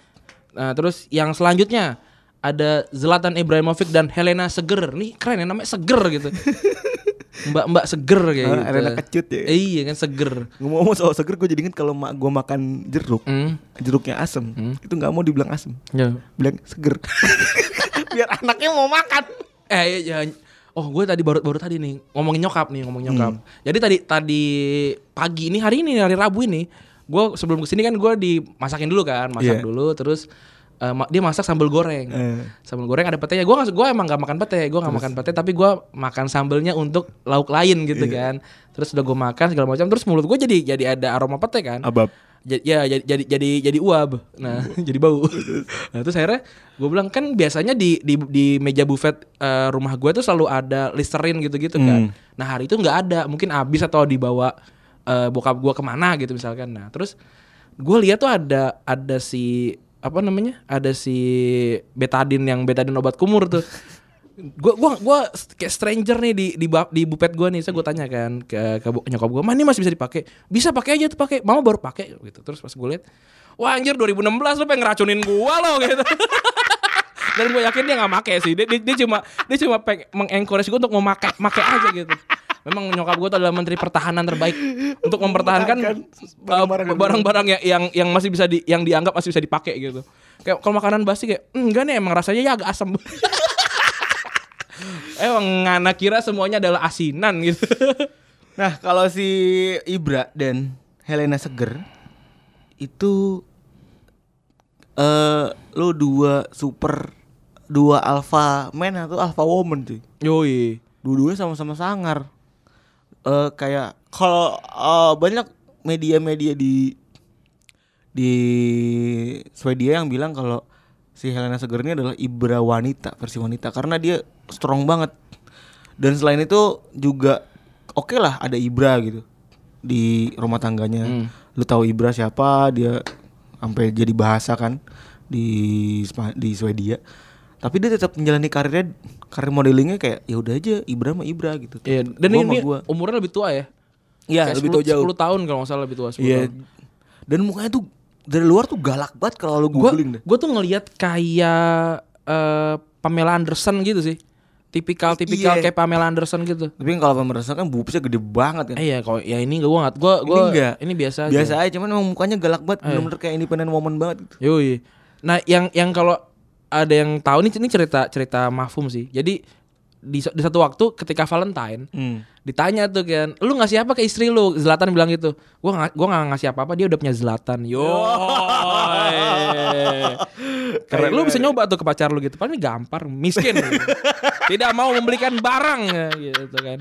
Speaker 2: Nah, terus yang selanjutnya ada Zlatan Ibrahimovic dan Helena Seger. Nih keren ya namanya Seger gitu. Mbak-mbak Seger kayak
Speaker 3: Ah,
Speaker 2: gitu.
Speaker 3: Helena kecut ya.
Speaker 2: Iya kan Seger.
Speaker 3: Ngomong-ngomong soal seger, gue jadi inget kalau mak gue makan jeruk,
Speaker 2: Hmm.
Speaker 3: jeruknya asem, itu nggak mau dibilang asem,
Speaker 2: Ya.
Speaker 3: bilang seger.
Speaker 2: [LAUGHS]
Speaker 3: Biar anaknya mau makan.
Speaker 2: Eh, ya, ya. oh gue tadi baru baru tadi nih ngomongin nyokap nih ngomongin nyokap.
Speaker 3: Hmm.
Speaker 2: Jadi tadi tadi pagi ini hari ini hari Rabu ini, gue sebelum kesini kan gue dimasakin dulu kan, masak
Speaker 3: Iya.
Speaker 2: dulu terus eh, ma- dia masak sambal goreng,
Speaker 3: Eh.
Speaker 2: sambal goreng ada petenya. Gue gue emang gak makan pete, gue gak makan pete tapi gue makan sambalnya untuk lauk lain gitu kan.
Speaker 3: Iya.
Speaker 2: Terus udah gue makan segala macam, terus mulut gue jadi jadi ada aroma pete kan.
Speaker 3: Abab.
Speaker 2: Jadi, ya jadi jadi jadi jadi uap. Nah, [LAUGHS] jadi bau. Nah, terus akhirnya gue bilang kan biasanya di di di meja buffet eh, rumah gue tuh selalu ada listerin gitu-gitu kan. Nah, hari itu nggak ada. Mungkin habis atau dibawa eh, bokap gue kemana gitu misalkan. Nah, terus gue lihat tuh ada ada si apa namanya? Ada si betadin yang betadin obat kumur tuh. [LAUGHS] Gue gua gua kayak stranger nih di di, bap- di bupet gue nih, saya
Speaker 3: Hmm.
Speaker 2: gue tanya kan ke, ke bo- nyokap gue, "Ma, ini masih bisa dipakai?" "Bisa pakai aja tuh pakai." "Mama baru pakai." gitu. Terus pas gue lihat, "Wah, anjir 2016 lu pengen ngeracunin gua lo gitu. [LAUGHS] Dan gue yakin dia nggak make sih. Dia, dia, dia cuma dia cuma pengen mengencourage gue untuk mau make make aja gitu. Memang nyokap gue tuh adalah menteri pertahanan terbaik untuk mempertahankan
Speaker 3: Mempertahankan
Speaker 2: uh,
Speaker 3: barang-barang yang
Speaker 2: barang-barang yang, yang yang masih bisa di yang dianggap masih bisa dipakai gitu. Kayak kalau makanan basi kayak "Hmm, enggak nih emang rasanya ya agak [LAUGHS] asam. Emang ngana kira semuanya adalah asinan
Speaker 3: [LAUGHS]
Speaker 2: gitu.
Speaker 3: Nah kalau si Ibra dan Helena Seger itu eh lu dua super dua alpha man atau alpha woman cuy.
Speaker 2: Yoi.
Speaker 3: Dua-duanya sama-sama sangar. Eh kayak kalau eh, banyak media-media di di Swedia yang bilang kalau si Helena Seger ini adalah Ibra wanita versi wanita karena dia strong banget dan selain itu juga oke lah ada Ibra gitu di rumah tangganya
Speaker 2: Hmm.
Speaker 3: lu tahu Ibra siapa dia sampai jadi bahasa kan di Spa- di Swedia tapi dia tetap menjalani karirnya karir modelingnya kayak ya udah aja Ibra mah Ibra gitu
Speaker 2: Iya, dan
Speaker 3: Gua
Speaker 2: ini
Speaker 3: sama gua.
Speaker 2: umurnya lebih tua ya.
Speaker 3: Iya,
Speaker 2: Kayak 10
Speaker 3: lebih tua jauh.
Speaker 2: 10 tahun kalau nggak salah lebih tua 10
Speaker 3: Iya.
Speaker 2: tahun.
Speaker 3: Dan mukanya tuh dari luar tuh galak banget kalau lu
Speaker 2: Gua
Speaker 3: googling deh.
Speaker 2: gua tuh ngelihat kayak eh, Pamela Anderson gitu sih. Tipikal-tipikal
Speaker 3: Iya.
Speaker 2: kayak Pamela Anderson gitu.
Speaker 3: Tapi kalau pemerintah kan bubuknya gede banget kan.
Speaker 2: Eh ya kalau ya ini gua nggak gua gua ini, biasa aja.
Speaker 3: Biasa aja, cuman emang mukanya galak banget, bener-bener kayak independent woman banget gitu.
Speaker 2: Yoi. Nah, yang yang kalau ada yang tahu nih ini cerita cerita mafum sih. Jadi di, di satu waktu ketika Valentine
Speaker 3: Hmm.
Speaker 2: ditanya tuh kan, lu ngasih apa ke istri lu? Zlatan bilang gitu. Gua nggak gua nggak ngasih apa-apa, dia udah punya Zlatan. Yo. [LAUGHS] Keren. Lu bisa nyoba tuh ke pacar lu gitu. Padahal ini gampar,
Speaker 3: [LAUGHS]
Speaker 2: miskin. Tidak mau membelikan barang gitu
Speaker 3: [LAUGHS]
Speaker 2: kan.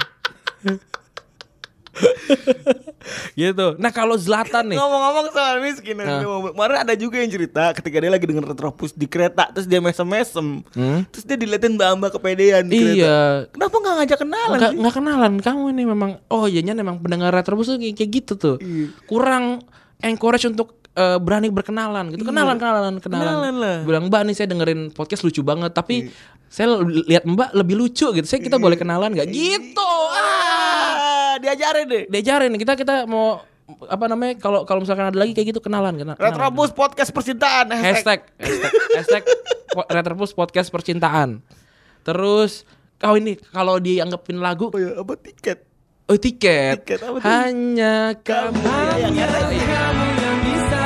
Speaker 2: gitu. Nah, kalau Zlatan nih
Speaker 3: Ngomong-ngomong soal miskin,
Speaker 2: Nah.
Speaker 3: kemarin ada juga yang cerita ketika dia lagi dengan retropus di kereta, terus dia mesem-mesem, terus dia diliatin mbak-mbak kepedean di kereta.
Speaker 2: Iya,
Speaker 3: Kenapa nggak ngajak kenalan
Speaker 2: nggak
Speaker 3: sih?
Speaker 2: nggak kenalan kamu ini memang oh iya Nyan memang pendengar retrobus tuh kayak kayak gitu tuh
Speaker 3: Iya.
Speaker 2: kurang encourage untuk eh, berani berkenalan gitu kenalan kenalan kenalan,
Speaker 3: Iya. Kenalan lah. Iya.
Speaker 2: bilang mbak nih saya dengerin podcast lucu banget tapi saya li- lihat mbak lebih lucu gitu saya kita boleh kenalan nggak gitu ah
Speaker 3: Ah, diajarin deh.
Speaker 2: diajarin kita kita mau apa namanya kalau kalau misalkan ada lagi kayak gitu kenalan kena- kenalan
Speaker 3: Retropus podcast percintaan hashtag.
Speaker 2: hashtag hashtag, hashtag po- retrobus podcast percintaan terus kau ini kalau dianggapin lagu
Speaker 3: Oh ya, apa tiket?
Speaker 2: Oh tiket.
Speaker 3: Tiket apa tuh? ya,
Speaker 2: Hanya kamu
Speaker 3: yang
Speaker 2: hanya kamu yang bisa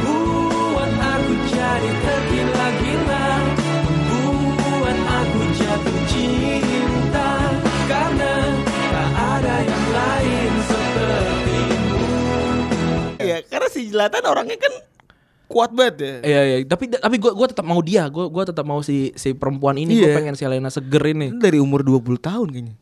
Speaker 2: buat aku jadi tergila-gila, buat aku jatuh cinta karena tak ada yang lain seperti
Speaker 3: Iya, karena si kelihatan orangnya kan kuat banget ya.
Speaker 2: Iya iya, tapi tapi gua gua tetap mau dia, gua gua tetap mau si si perempuan ini,
Speaker 3: Iya.
Speaker 2: gua pengen si Helena seger ini.
Speaker 3: Kan Dari umur 20 tahun kayaknya.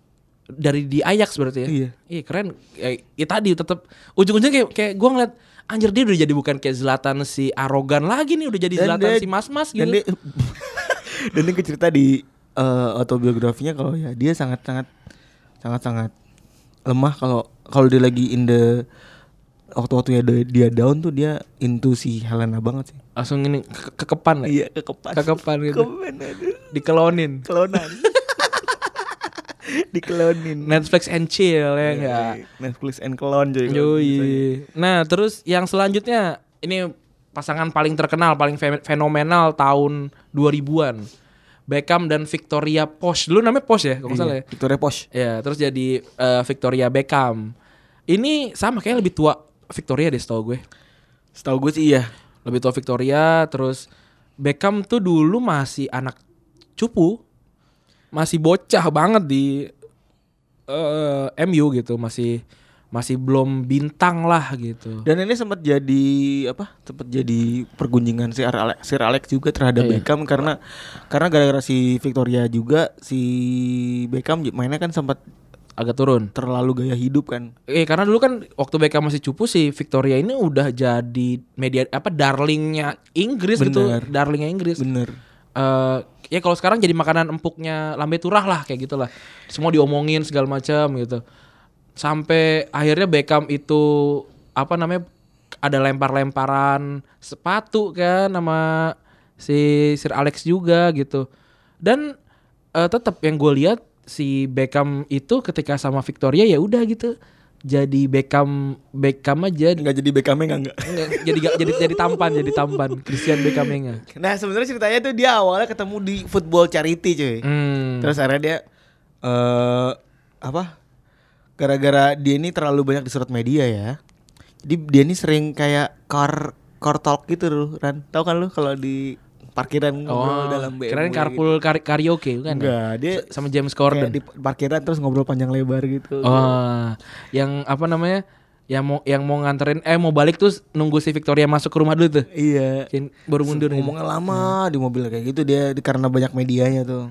Speaker 2: Dari di Ajax berarti ya.
Speaker 3: Iya.
Speaker 2: keren. Ya, ya tadi tetap ujung-ujungnya kayak kayak gua ngeliat anjir dia udah jadi bukan kayak Zlatan si arogan lagi nih, udah jadi Zlatan si mas-mas gitu.
Speaker 3: Dan dia, [LAUGHS] dan dia cerita di eh, autobiografinya kalau ya dia sangat sangat sangat sangat lemah kalau kalau dia lagi in the waktu-waktunya dia, dia down tuh dia into si Helena banget sih.
Speaker 2: Langsung ini ke- kekepan ya.
Speaker 3: Iya, kekepan.
Speaker 2: Kekepan gitu.
Speaker 3: Kekepan, aduh.
Speaker 2: Dikelonin.
Speaker 3: Kelonan. [LAUGHS] Dikelonin.
Speaker 2: Netflix and chill
Speaker 3: Iya,
Speaker 2: ya enggak.
Speaker 3: Netflix and clone coy.
Speaker 2: Yoi. Nah, terus yang selanjutnya ini pasangan paling terkenal, paling fe- fenomenal tahun 2000-an. Beckham dan Victoria Posh. Dulu namanya Posh ya, kalau
Speaker 3: Iya.
Speaker 2: nggak salah ya.
Speaker 3: Victoria Posh.
Speaker 2: Ya, terus jadi eh, Victoria Beckham. Ini sama kayak lebih tua Victoria deh setahu gue.
Speaker 3: Setahu gue sih iya.
Speaker 2: Lebih tua Victoria, terus Beckham tuh dulu masih anak cupu. Masih bocah banget di eh, MU gitu, masih masih belum bintang lah gitu.
Speaker 3: Dan ini sempat jadi apa? Sempat jadi pergunjingan si Alex, Sir Alex juga terhadap
Speaker 2: Iya.
Speaker 3: Beckham karena karena gara-gara si Victoria juga si Beckham j- mainnya kan sempat
Speaker 2: agak turun.
Speaker 3: terlalu gaya hidup kan.
Speaker 2: Eh karena dulu kan waktu Beckham masih cupu si Victoria ini udah jadi media apa darlingnya Inggris gitu,
Speaker 3: Bener.
Speaker 2: darlingnya Inggris.
Speaker 3: Bener.
Speaker 2: Eh, ya kalau sekarang jadi makanan empuknya lambe turah lah kayak gitulah. Semua diomongin segala macam gitu. Sampai akhirnya Beckham itu apa namanya ada lempar-lemparan sepatu kan sama si Sir Alex juga gitu. Dan eh, tetap yang gue lihat si Beckham itu ketika sama Victoria ya udah gitu. Jadi Beckham Beckham aja [LAUGHS]
Speaker 3: Enggak jadi Beckhamnya enggak enggak.
Speaker 2: jadi jadi jadi tampan jadi tampan Christian ya Beckhamnya.
Speaker 3: Nah, sebenarnya ceritanya tuh dia awalnya ketemu di football charity cuy.
Speaker 2: Hmm.
Speaker 3: Terus akhirnya dia eh apa? Gara-gara dia ini terlalu banyak disorot media ya. Jadi dia ini sering kayak car car talk gitu loh, Ran. Tahu kan lu kalau di parkiran ngobrol dalam BMW.
Speaker 2: Keren
Speaker 3: gitu.
Speaker 2: Oh, carpool kar- karaoke bukan? ya?
Speaker 3: Enggak, dia
Speaker 2: S- sama James
Speaker 3: kayak
Speaker 2: Corden.
Speaker 3: di parkiran terus ngobrol panjang lebar gitu.
Speaker 2: Oh, yang apa namanya? Yang mau yang mau nganterin eh mau balik terus nunggu si Victoria masuk ke rumah dulu tuh.
Speaker 3: Iya.
Speaker 2: Kayak baru mundur gitu.
Speaker 3: Ngomongnya lama di mobil kayak gitu dia di- karena banyak medianya tuh.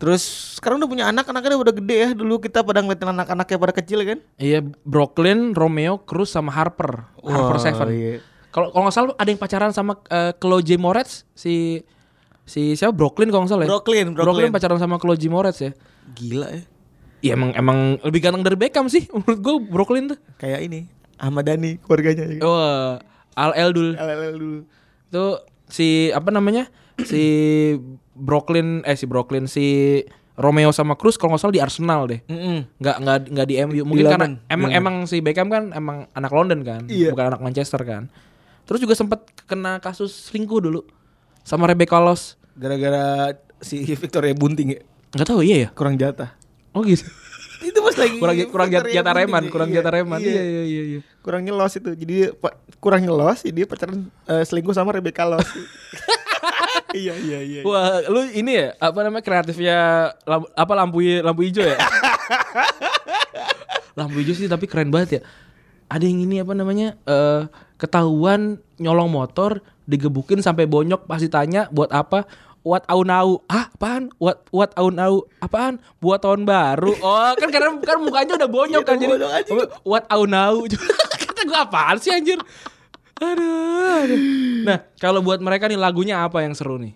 Speaker 3: Terus sekarang udah punya anak, anaknya udah gede ya. Dulu kita pada ngeliatin anak-anaknya pada kecil kan.
Speaker 2: Iya, Brooklyn, Romeo, Cruz sama Harper. Harper
Speaker 3: Wah,
Speaker 2: Seven.
Speaker 3: iya.
Speaker 2: Kalau kalau nggak salah ada yang pacaran sama eh, Chloe J. Moretz si si siapa Brooklyn kalau nggak salah ya.
Speaker 3: Brooklyn,
Speaker 2: Brooklyn
Speaker 3: Brooklyn.
Speaker 2: pacaran sama Chloe J. Moretz ya.
Speaker 3: Gila ya.
Speaker 2: Iya emang emang lebih ganteng dari Beckham sih [LAUGHS] menurut gue Brooklyn tuh.
Speaker 3: kayak ini Ahmad Dhani keluarganya ya.
Speaker 2: Wah, Oh, eh, Al Eldul.
Speaker 3: LLL dulu.
Speaker 2: itu si apa namanya si Brooklyn eh si Brooklyn si Romeo sama Cruz kalau nggak salah di Arsenal deh nggak nggak nggak di MU mungkin
Speaker 3: London,
Speaker 2: karena emang
Speaker 3: di London.
Speaker 2: emang si Beckham kan emang anak London kan
Speaker 3: Iya.
Speaker 2: bukan anak Manchester kan terus juga sempat kena kasus selingkuh dulu sama Rebecca Loss
Speaker 3: Gara-gara si [LAUGHS] Victoria bunting ya,
Speaker 2: nggak tahu iya ya
Speaker 3: kurang jatah.
Speaker 2: oh gitu
Speaker 3: Itu pas lagi
Speaker 2: kurang kurang jat,
Speaker 3: Victoria
Speaker 2: jatah
Speaker 3: bunting
Speaker 2: reman
Speaker 3: ya,
Speaker 2: kurang
Speaker 3: iya,
Speaker 2: jatah reman
Speaker 3: Iya.
Speaker 2: iya iya iya, iya.
Speaker 3: Kurang ngelos itu. Jadi dia pa- kurang ngelos, jadi dia pacaran eh, selingkuh sama Rebecca [LAUGHS] Los. iya iya iya.
Speaker 2: Wah, lu ini ya apa namanya kreatifnya lam- apa lampu lampu hijau ya? lampu hijau sih tapi keren banget ya. Ada yang ini apa namanya eh ketahuan nyolong motor digebukin sampai bonyok pasti tanya buat apa? What au nau? Ah, apaan? What what au nau? Apaan? Buat tahun baru. Oh, kan karena kan mukanya udah bonyok kan jadi
Speaker 3: bonyok aja.
Speaker 2: what au nau. [LAUGHS] Kata gue apaan sih anjir? Aduh, aduh. Nah, kalau buat mereka nih lagunya apa yang seru nih?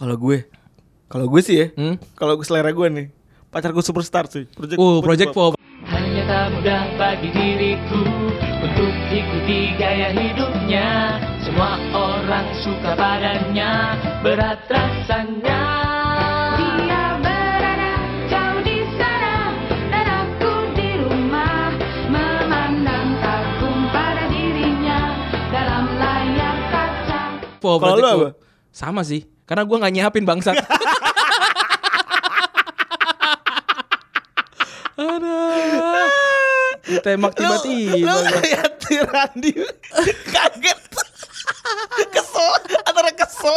Speaker 3: Kalau gue kalau gue sih ya,
Speaker 2: Hmm?
Speaker 3: kalau gue selera gue nih, pacar gue superstar sih. Project
Speaker 2: Oh, Project Pop.
Speaker 7: Hanya tak mudah bagi diriku untuk ikuti gaya hidupnya. Semua orang suka padanya, berat rasanya.
Speaker 8: Dia berada jauh di sana dan aku di rumah memandang kagum pada dirinya dalam layar kaca.
Speaker 2: Pop,
Speaker 3: Kalau
Speaker 2: Project
Speaker 3: lu
Speaker 2: Pop.
Speaker 3: apa?
Speaker 2: Sama sih, karena gua nggak nyiapin
Speaker 3: [LAUGHS]
Speaker 2: bangsa. Aduh. Ditembak tiba-tiba.
Speaker 3: Lu
Speaker 2: gua.
Speaker 3: lihat si Randy [LAUGHS] kaget. kesel antara kesel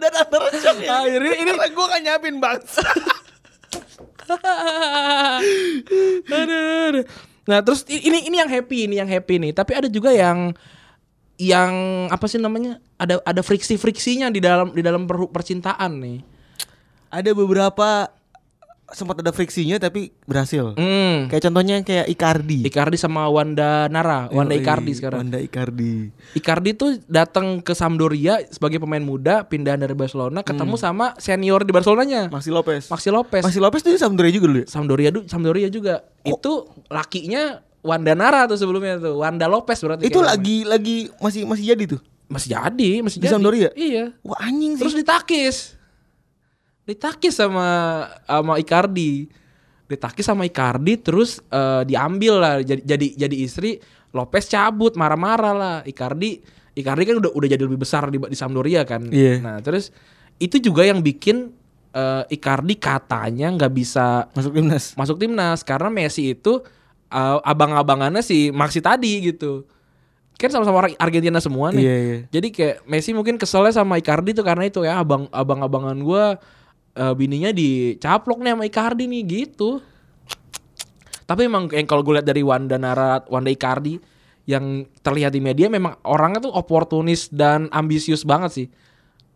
Speaker 3: dan antara shock ya.
Speaker 2: Akhirnya Ah, ini-
Speaker 3: karena gue gak nyapin bangsa.
Speaker 2: [LAUGHS] Aduh. aduh. Nah, terus i- ini ini yang happy, ini yang happy nih. Tapi ada juga yang yang apa sih namanya? Ada ada friksi-friksinya di dalam di dalam per- percintaan nih.
Speaker 3: Ada beberapa sempat ada friksinya tapi berhasil.
Speaker 2: Hmm.
Speaker 3: Kayak contohnya yang kayak Icardi.
Speaker 2: Icardi sama Wanda Nara, Wanda
Speaker 3: Iya. Yoi,
Speaker 2: Icardi sekarang.
Speaker 3: Wanda Icardi.
Speaker 2: Icardi tuh datang ke Sampdoria sebagai pemain muda pindahan dari Barcelona, ketemu
Speaker 3: Hmm.
Speaker 2: sama senior di Barcelonanya,
Speaker 3: Maxi Lopez.
Speaker 2: Maxi Lopez.
Speaker 3: Maxi Lopez tuh Sampdoria juga dulu ya?
Speaker 2: Sampdoria du- Sampdoria juga.
Speaker 3: Oh.
Speaker 2: Itu lakinya Wanda Nara tuh sebelumnya tuh. Wanda Lopez berarti.
Speaker 3: Itu
Speaker 2: kayak
Speaker 3: lagi lagi masih masih jadi tuh.
Speaker 2: namanya. masih jadi, masih
Speaker 3: Di
Speaker 2: jadi.
Speaker 3: Sampdoria?
Speaker 2: Iya.
Speaker 3: Wah anjing sih.
Speaker 2: Terus ditakis. Ditakis sama sama Icardi. Ditakis sama Icardi terus eh, diambil lah jadi jadi jadi istri Lopez cabut marah-marah lah Icardi Icardi kan udah udah jadi lebih besar di di Sampdoria kan.
Speaker 3: Iya.
Speaker 2: Nah, terus itu juga yang bikin eh, Icardi katanya nggak bisa
Speaker 3: masuk timnas.
Speaker 2: masuk timnas karena Messi itu uh, abang-abangannya si Maxi tadi gitu. Kan sama-sama orang Argentina semua nih.
Speaker 3: Iya, iya.
Speaker 2: Jadi kayak Messi mungkin keselnya sama Icardi tuh karena itu ya abang abang-abangan gua uh, bininya dicaplok nih sama Icardi nih gitu. Tapi emang yang kalau gue lihat dari Wanda Nara, Wanda Icardi yang terlihat di media memang orangnya tuh oportunis dan ambisius banget sih.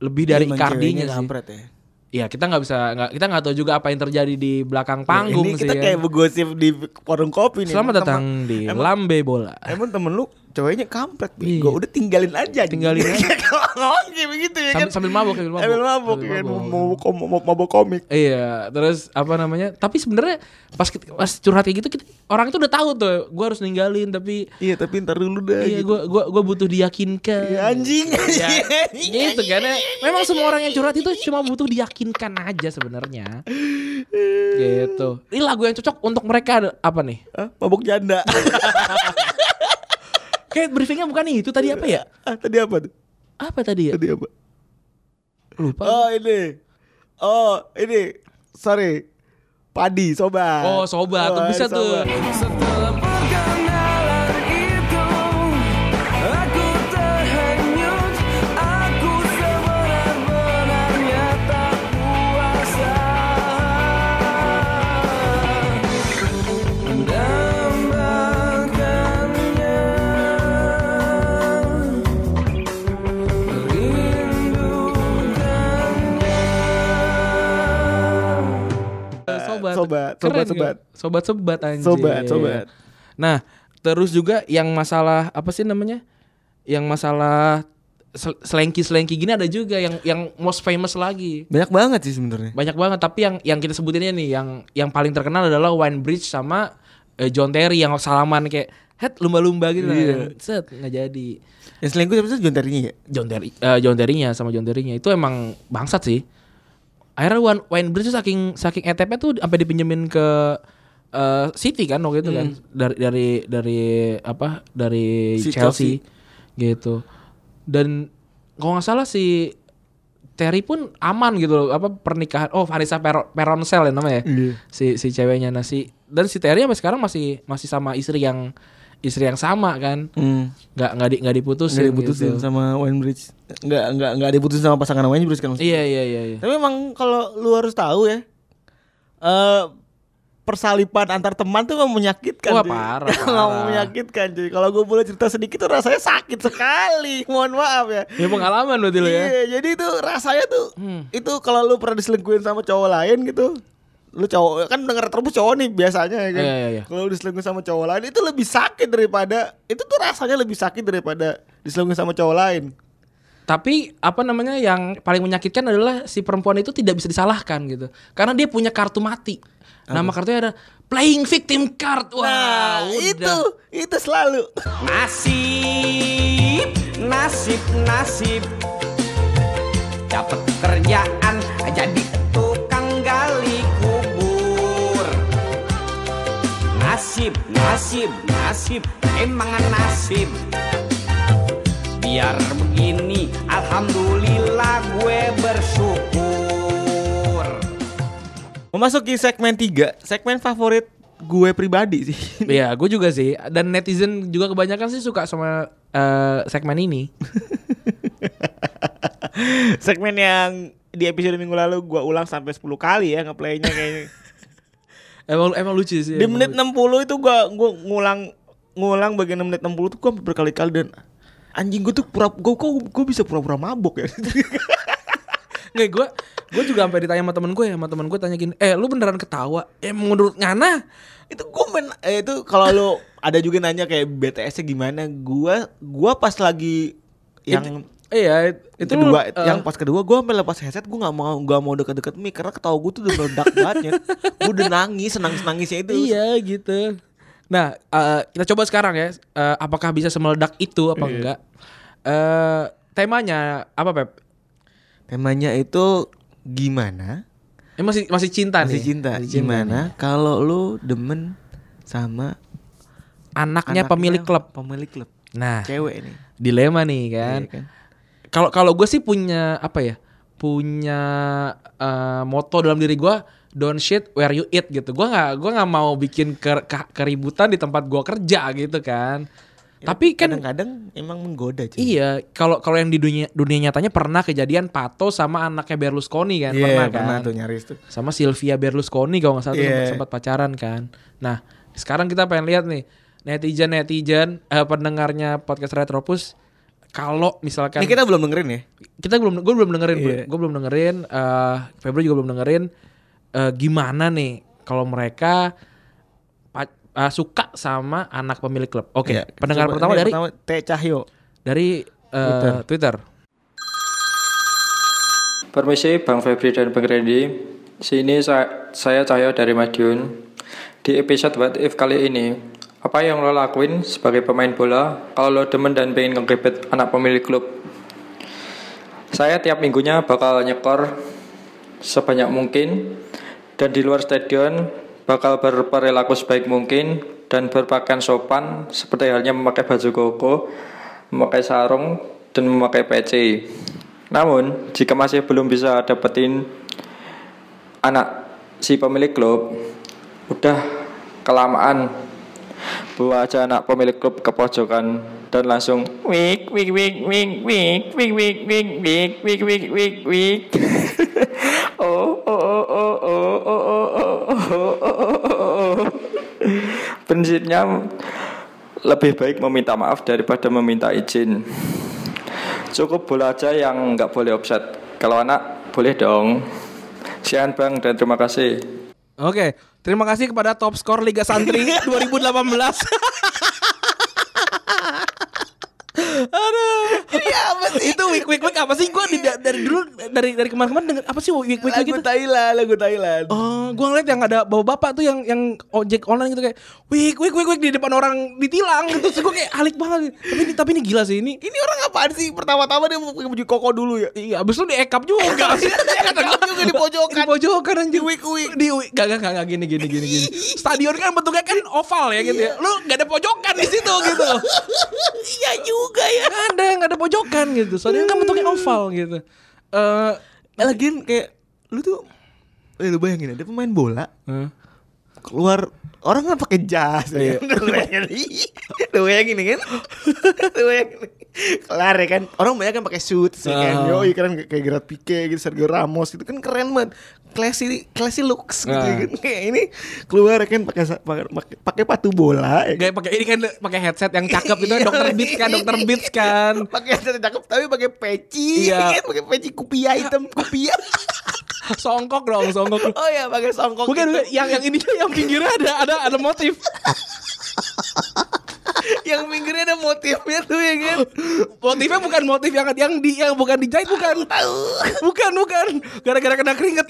Speaker 2: Lebih dari
Speaker 3: Iya, Emang
Speaker 2: Icardinya
Speaker 3: ceweknya
Speaker 2: sih.
Speaker 3: kampret ya.
Speaker 2: Iya kita nggak bisa nggak kita nggak tahu juga apa yang terjadi di belakang panggung
Speaker 3: Iya, Ini
Speaker 2: sih.
Speaker 3: kita
Speaker 2: ya.
Speaker 3: kayak begosip di warung kopi nih.
Speaker 2: Selamat
Speaker 3: Emang
Speaker 2: datang
Speaker 3: teman-
Speaker 2: di
Speaker 3: emang-
Speaker 2: Lambe Bola.
Speaker 3: Emang temen lu ceweknya kampret
Speaker 2: Iya.
Speaker 3: bego. Udah tinggalin aja.
Speaker 2: Tinggalin
Speaker 3: [LAUGHS]
Speaker 2: aja.
Speaker 3: Ngomong kayak begitu ya
Speaker 2: Sambil,
Speaker 3: kan.
Speaker 2: sambil mabok, sambil mabok.
Speaker 3: Sambil mabok
Speaker 2: Sambil
Speaker 3: ya kan.
Speaker 2: mabok.
Speaker 3: Mabok kom- mabok- mabok komik.
Speaker 2: Iya, terus apa namanya? Tapi sebenarnya pas kita- pas curhat kayak gitu kita, orang itu udah tahu tuh, gua harus ninggalin tapi
Speaker 3: Iya tapi ntar dulu dah
Speaker 2: iya
Speaker 3: gitu.
Speaker 2: gua gua gua butuh diyakinkan.
Speaker 3: Ya, anjing.
Speaker 2: Ya,
Speaker 3: anjing.
Speaker 2: gitu kan. ya. Memang semua orang yang curhat itu cuma butuh diyakinkan aja sebenarnya. Gitu. Ini lagu yang cocok untuk mereka ada- apa nih?
Speaker 3: Hah? Mabok
Speaker 2: [LAUGHS]
Speaker 3: janda.
Speaker 2: Kayak briefingnya bukan itu tadi apa ya?
Speaker 3: Ah, tadi apa tuh?
Speaker 2: Apa tadi ya?
Speaker 3: Tadi apa?
Speaker 2: Lupa.
Speaker 3: Oh ini. Oh ini. Sorry. Padi sobat.
Speaker 2: Oh, sobat, tuh
Speaker 3: Sobat,
Speaker 2: bisa tuh.
Speaker 3: sobat.
Speaker 2: sobat
Speaker 3: Eh, Sobat,
Speaker 2: Keren
Speaker 3: sobat,
Speaker 2: nggak?
Speaker 3: sobat.
Speaker 2: sobat sobat anjir
Speaker 3: Sobat, sobat.
Speaker 2: nah terus juga yang masalah apa sih namanya yang masalah selengki selengki gini ada juga yang yang most famous lagi
Speaker 3: Banyak banget sih sebenarnya.
Speaker 2: banyak banget tapi yang yang kita sebutinnya nih yang yang paling terkenal adalah Wine Bridge sama eh, John Terry yang salaman kayak head lumba-lumba gitu lah,
Speaker 3: Iya.
Speaker 2: yang set nggak jadi
Speaker 3: Yang selingkuh siapa sih John Terry ya?
Speaker 2: John Terry eh, John Terry-nya sama John Terry-nya itu emang bangsat sih. Akhirnya Wine, Wine Bridge tuh saking saking etp tuh sampai dipinjemin ke eh, City kan waktu itu kan
Speaker 3: Hmm.
Speaker 2: dari dari dari apa dari
Speaker 3: Si
Speaker 2: Chelsea, gitu. Dan kalau nggak salah si Terry pun aman gitu loh apa pernikahan oh Vanessa Per- Peronsel ya namanya ya?
Speaker 3: Iya.
Speaker 2: si si ceweknya nah si dan si Terry sampai sekarang masih masih sama istri yang istri yang sama kan
Speaker 3: Hmm.
Speaker 2: nggak nggak di, nggak diputusin,
Speaker 3: Nggak diputusin
Speaker 2: gitu.
Speaker 3: sama Winebridge. Nggak nggak nggak diputusin sama pasangan Winebridge kan maksudnya.
Speaker 2: Iya iya iya. iya.
Speaker 3: Tapi emang kalau lu harus tahu ya. Eh persalipan antar teman tuh emang menyakitkan.
Speaker 2: Wah,
Speaker 3: cuy.
Speaker 2: parah,
Speaker 3: [LAUGHS] Emang
Speaker 2: parah.
Speaker 3: menyakitkan cuy. Kalau gue boleh cerita sedikit tuh rasanya sakit sekali. [LAUGHS] Mohon maaf ya.
Speaker 2: Ya pengalaman berarti lo ya. Hmm.
Speaker 3: Iya, jadi itu rasanya tuh itu kalau lu pernah diselingkuhin sama cowok lain gitu. Lu cowok kan denger terus cowok nih biasanya ya kan.
Speaker 2: Iya, iya, iya.
Speaker 3: Kalau lu diselingkuhin sama cowok lain itu lebih sakit daripada itu tuh rasanya lebih sakit daripada diselingkuhin sama cowok lain.
Speaker 2: Tapi apa namanya yang paling menyakitkan adalah si perempuan itu tidak bisa disalahkan gitu. Karena dia punya kartu mati. Nama kartunya ada playing victim card. Wah,
Speaker 3: Nah,
Speaker 2: udah.
Speaker 3: itu itu selalu.
Speaker 4: Nasib, nasib, nasib Dapat kerjaan jadi tukang gali kubur Nasib, nasib, nasib, emang nasib Biar begini, Alhamdulillah gue bersyukur
Speaker 3: Memasuki segmen 3, segmen favorit gue pribadi sih. [LAUGHS]
Speaker 2: Iya, gue juga sih. Dan netizen juga kebanyakan sih suka sama eh, segmen ini.
Speaker 3: segmen yang di episode minggu lalu gue ulang sampai 10 kali ya ngeplaynya kayaknya.
Speaker 2: [LAUGHS] Emang emang lucu sih.
Speaker 3: Di
Speaker 2: emang
Speaker 3: menit
Speaker 2: lucu.
Speaker 3: 60 itu gua gua ngulang ngulang bagian menit 60 tuh gua sampai berkali-kali dan anjing gua tuh pura gua gua, gua bisa pura-pura mabok ya. [LAUGHS]
Speaker 2: Nggak gue Gue juga sampai ditanya sama temen gue ya Sama temen gue tanya gini Eh lu beneran ketawa Eh menurut Ngana
Speaker 3: itu gua main eh, itu kalau lu ada juga nanya kayak BTS-nya gimana gua gua pas lagi yang
Speaker 2: Iya it- itu lu,
Speaker 3: kedua
Speaker 2: eh,
Speaker 3: yang pas kedua gua sampai lepas headset gua nggak mau nggak mau deket-deket mic karena ketawa gua tuh udah meledak [LAUGHS] banget ya. gua udah nangis senang senangisnya itu
Speaker 2: Iya gitu Nah eh, kita coba sekarang ya eh, Apakah bisa semeledak itu apa enggak Eh Temanya apa Pep?
Speaker 3: temanya itu gimana
Speaker 2: Eh, masih masih cinta
Speaker 3: masih
Speaker 2: nih
Speaker 3: cinta gimana kalau lu demen sama
Speaker 2: Anaknya
Speaker 3: anaknya
Speaker 2: pemilik klub
Speaker 3: pemilik klub
Speaker 2: Nah
Speaker 3: cewek nih
Speaker 2: dilema nih kan
Speaker 3: Iya kan?
Speaker 2: Kalau kalau gue sih punya apa ya? Punya eh, moto dalam diri gue don't shit where you eat gitu. Gue nggak gua nggak mau bikin ke- ke- keributan di tempat gue kerja gitu kan.
Speaker 3: Iya,
Speaker 2: Tapi kan
Speaker 3: Ya, kadang-kadang emang menggoda cuy.
Speaker 2: iya kalau kalau yang di dunia dunia nyatanya pernah kejadian Pato sama anaknya Berlusconi kan
Speaker 3: Iya,
Speaker 2: pernah kan.
Speaker 3: pernah tuh nyaris tuh
Speaker 2: Sama Sylvia Berlusconi kalau nggak salah tuh
Speaker 3: Iya.
Speaker 2: sempat- sempat pacaran kan. Nah sekarang kita pengen lihat nih netizen netizen pendengarnya podcast Retropus kalau misalkan
Speaker 3: ini kita belum dengerin ya
Speaker 2: kita belum gue belum dengerin
Speaker 3: Iya.
Speaker 2: gue belum dengerin eh Febri juga belum dengerin eh, gimana nih kalau mereka pa- eh, suka sama anak pemilik klub oke
Speaker 3: Iya.
Speaker 2: pendengar
Speaker 3: Coba,
Speaker 2: pertama
Speaker 3: ini
Speaker 2: dari
Speaker 3: pertama, Teh Cahyo
Speaker 2: dari eh,
Speaker 3: Twitter.
Speaker 2: Twitter,
Speaker 9: Permisi Bang Febri dan Bang Randy Sini saya, saya Cahyo dari Madiun Di episode What If kali ini Apa yang lo lakuin sebagai pemain bola Kalau lo demen dan pengen ngegebet anak pemilik klub Saya tiap minggunya bakal nyekor Sebanyak mungkin Dan di luar stadion Bakal berperilaku sebaik mungkin Dan berpakaian sopan Seperti halnya memakai baju koko Memakai sarung Dan memakai peci namun, jika masih belum bisa dapetin anak si pemilik klub, udah kelamaan. Bawa aja anak pemilik klub ke pojokan dan langsung wik wik wik wik wik wik wik wik wik wik wik wik wik. [LAUGHS] Oh oh oh oh oh oh oh oh oh oh oh oh oh. Prinsipnya lebih baik meminta maaf daripada meminta izin. Cukup bola aja yang nggak boleh offset. Kalau anak boleh dong. Sian bang dan terima kasih.
Speaker 2: oke terima kasih kepada top skor Liga Santri 2018 Aduh. Itu week week week apa sih? Gue dari dulu dari dari kemarin-kemarin denger apa sih week week week
Speaker 3: lagu
Speaker 2: itu?
Speaker 3: Thailand lagu Thailand
Speaker 2: Oh, gua ngeliat yang ada bapak-bapak tuh yang yang ojek online gitu kayak wik wik wik wik di depan orang ditilang gitu. Terus gua kayak alik banget. Tapi ini tapi ini gila sih ini.
Speaker 3: ini orang apaan sih pertama-tama dia mau pakai baju koko dulu ya
Speaker 2: Iya, abis itu di ekap juga.
Speaker 3: [LAUGHS]
Speaker 2: Iya, Kata gua
Speaker 3: juga di pojokan.
Speaker 2: Di pojokan anjir.
Speaker 3: Di wik-wik.
Speaker 2: Di wik. Gak, gak, gak, gak, gini, gini, gini,
Speaker 3: [LAUGHS]
Speaker 2: gini. Stadion kan bentuknya kan oval ya gitu ya. Lu gak ada pojokan di situ gitu.
Speaker 3: [LAUGHS] iya juga ya Hmm.
Speaker 2: Gak ada, gak ada pojokan gitu. Stadion kan bentuknya oval gitu. Eh,
Speaker 3: lagian kayak lu tuh eh, lu bayangin ada pemain bola
Speaker 2: Hah? Iya.
Speaker 3: keluar orang kan pakai jas
Speaker 5: [LAUGHS]
Speaker 3: ya kan? Lu bayangin, ih, lu bayangin kan lu bayangin kelar ya kan orang banyak kan pakai suit ya kan
Speaker 2: Ah.
Speaker 5: Yo, keren kayak- kayak Gerard Pique gitu, Sergio Ramos gitu kan keren banget. Classy classy looks gitu
Speaker 2: Ah.
Speaker 5: ya kan. Kayak ini keluar ya kan pakai sa- pakai- pakai- pakai patu bola ya kan.
Speaker 2: Gak pakai ini kan pakai headset yang cakep
Speaker 3: [LAUGHS]
Speaker 2: itu
Speaker 3: Iya,
Speaker 2: dokter Beats kan, dokter Beats kan.
Speaker 5: Pakai headset cakep tapi pakai peci,
Speaker 2: Iya.
Speaker 5: ya kan? pakai peci kupiah hitam,
Speaker 2: [LAUGHS]
Speaker 5: [LAUGHS] kupiah.
Speaker 2: Songkok dong, songkok.
Speaker 5: Oh ya, pakai songkok.
Speaker 2: Bukan,
Speaker 3: Gitu.
Speaker 2: bukan, yang yang ini yang pinggirnya ada ada ada motif.
Speaker 5: yang pinggirnya ada motifnya tuh ya kan.
Speaker 2: Motifnya bukan motif yang yang di yang bukan dijahit bukan. Bukan, bukan. Gara-gara kena keringet.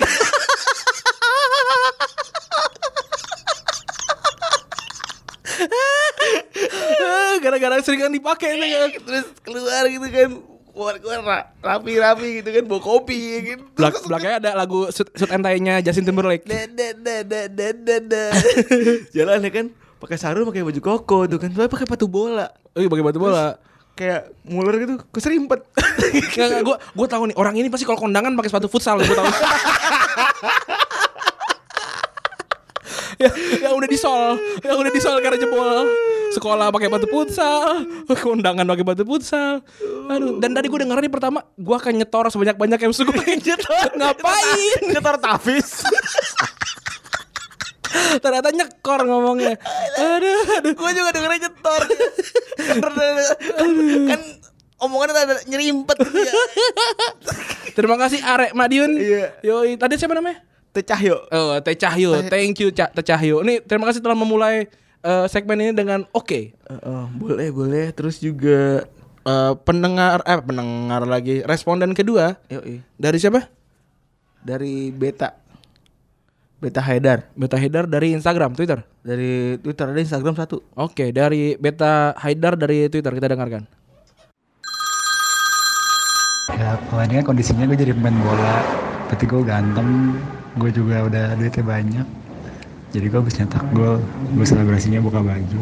Speaker 2: Gara-gara seringan dipakai
Speaker 3: Iya.
Speaker 2: nih kan.
Speaker 5: Terus keluar gitu kan keluar-keluar ra- rapi-rapi gitu kan bawa kopi ya kan.
Speaker 2: Belak belakangnya ada lagu shoot, shoot and tie-nya Justin Timberlake.
Speaker 3: Iya.
Speaker 5: Da, da, da, da, da, da, da.
Speaker 3: jalan ya kan pakai sarung pakai baju koko tuh kan tapi pakai patu bola
Speaker 2: Eh, bagi batu bola.
Speaker 5: Kayak muler gitu keserimpet.
Speaker 2: Gak, gue gue tahu nih orang ini pasti kalau kondangan pakai sepatu futsal gue tahu. [LAUGHS] ya, yang udah disol, yang udah disol karena jebol. Sekolah pakai batu futsal, kondangan pakai batu futsal. Aduh, dan tadi gue dengar nih pertama, gue akan nyetor sebanyak-banyak yang gue pengen nyetor. Ngapain?
Speaker 3: nyetor tafis
Speaker 2: [LAUGHS] Ternyata nyekor ngomongnya. Aduh, aduh.
Speaker 3: Gue juga dengernya nyetor. kan omongannya ada nyerimpet gitu ya.
Speaker 2: Terima kasih Arek Madiun.
Speaker 5: Iya.
Speaker 2: Yoi, tadi siapa namanya?
Speaker 5: Tecah yuk.
Speaker 2: Oh, Teh Cahyo. Thank you Ca- Teh Cahyo. Ini terima kasih telah memulai eh, segmen ini dengan oke.
Speaker 3: Heeh, boleh boleh terus juga
Speaker 2: Eh, pendengar eh pendengar lagi responden kedua
Speaker 3: yoi
Speaker 2: dari siapa?
Speaker 3: dari beta beta Haidar
Speaker 2: Beta Haidar dari Instagram, Twitter.
Speaker 3: dari Twitter ada Instagram satu
Speaker 2: Oke, dari Beta Haidar dari Twitter kita dengarkan.
Speaker 9: Ya awalnya kan kondisinya gue jadi pemain bola Berarti gue ganteng Gue juga udah duitnya banyak Jadi gue habis nyetak gol Gue selebrasinya buka baju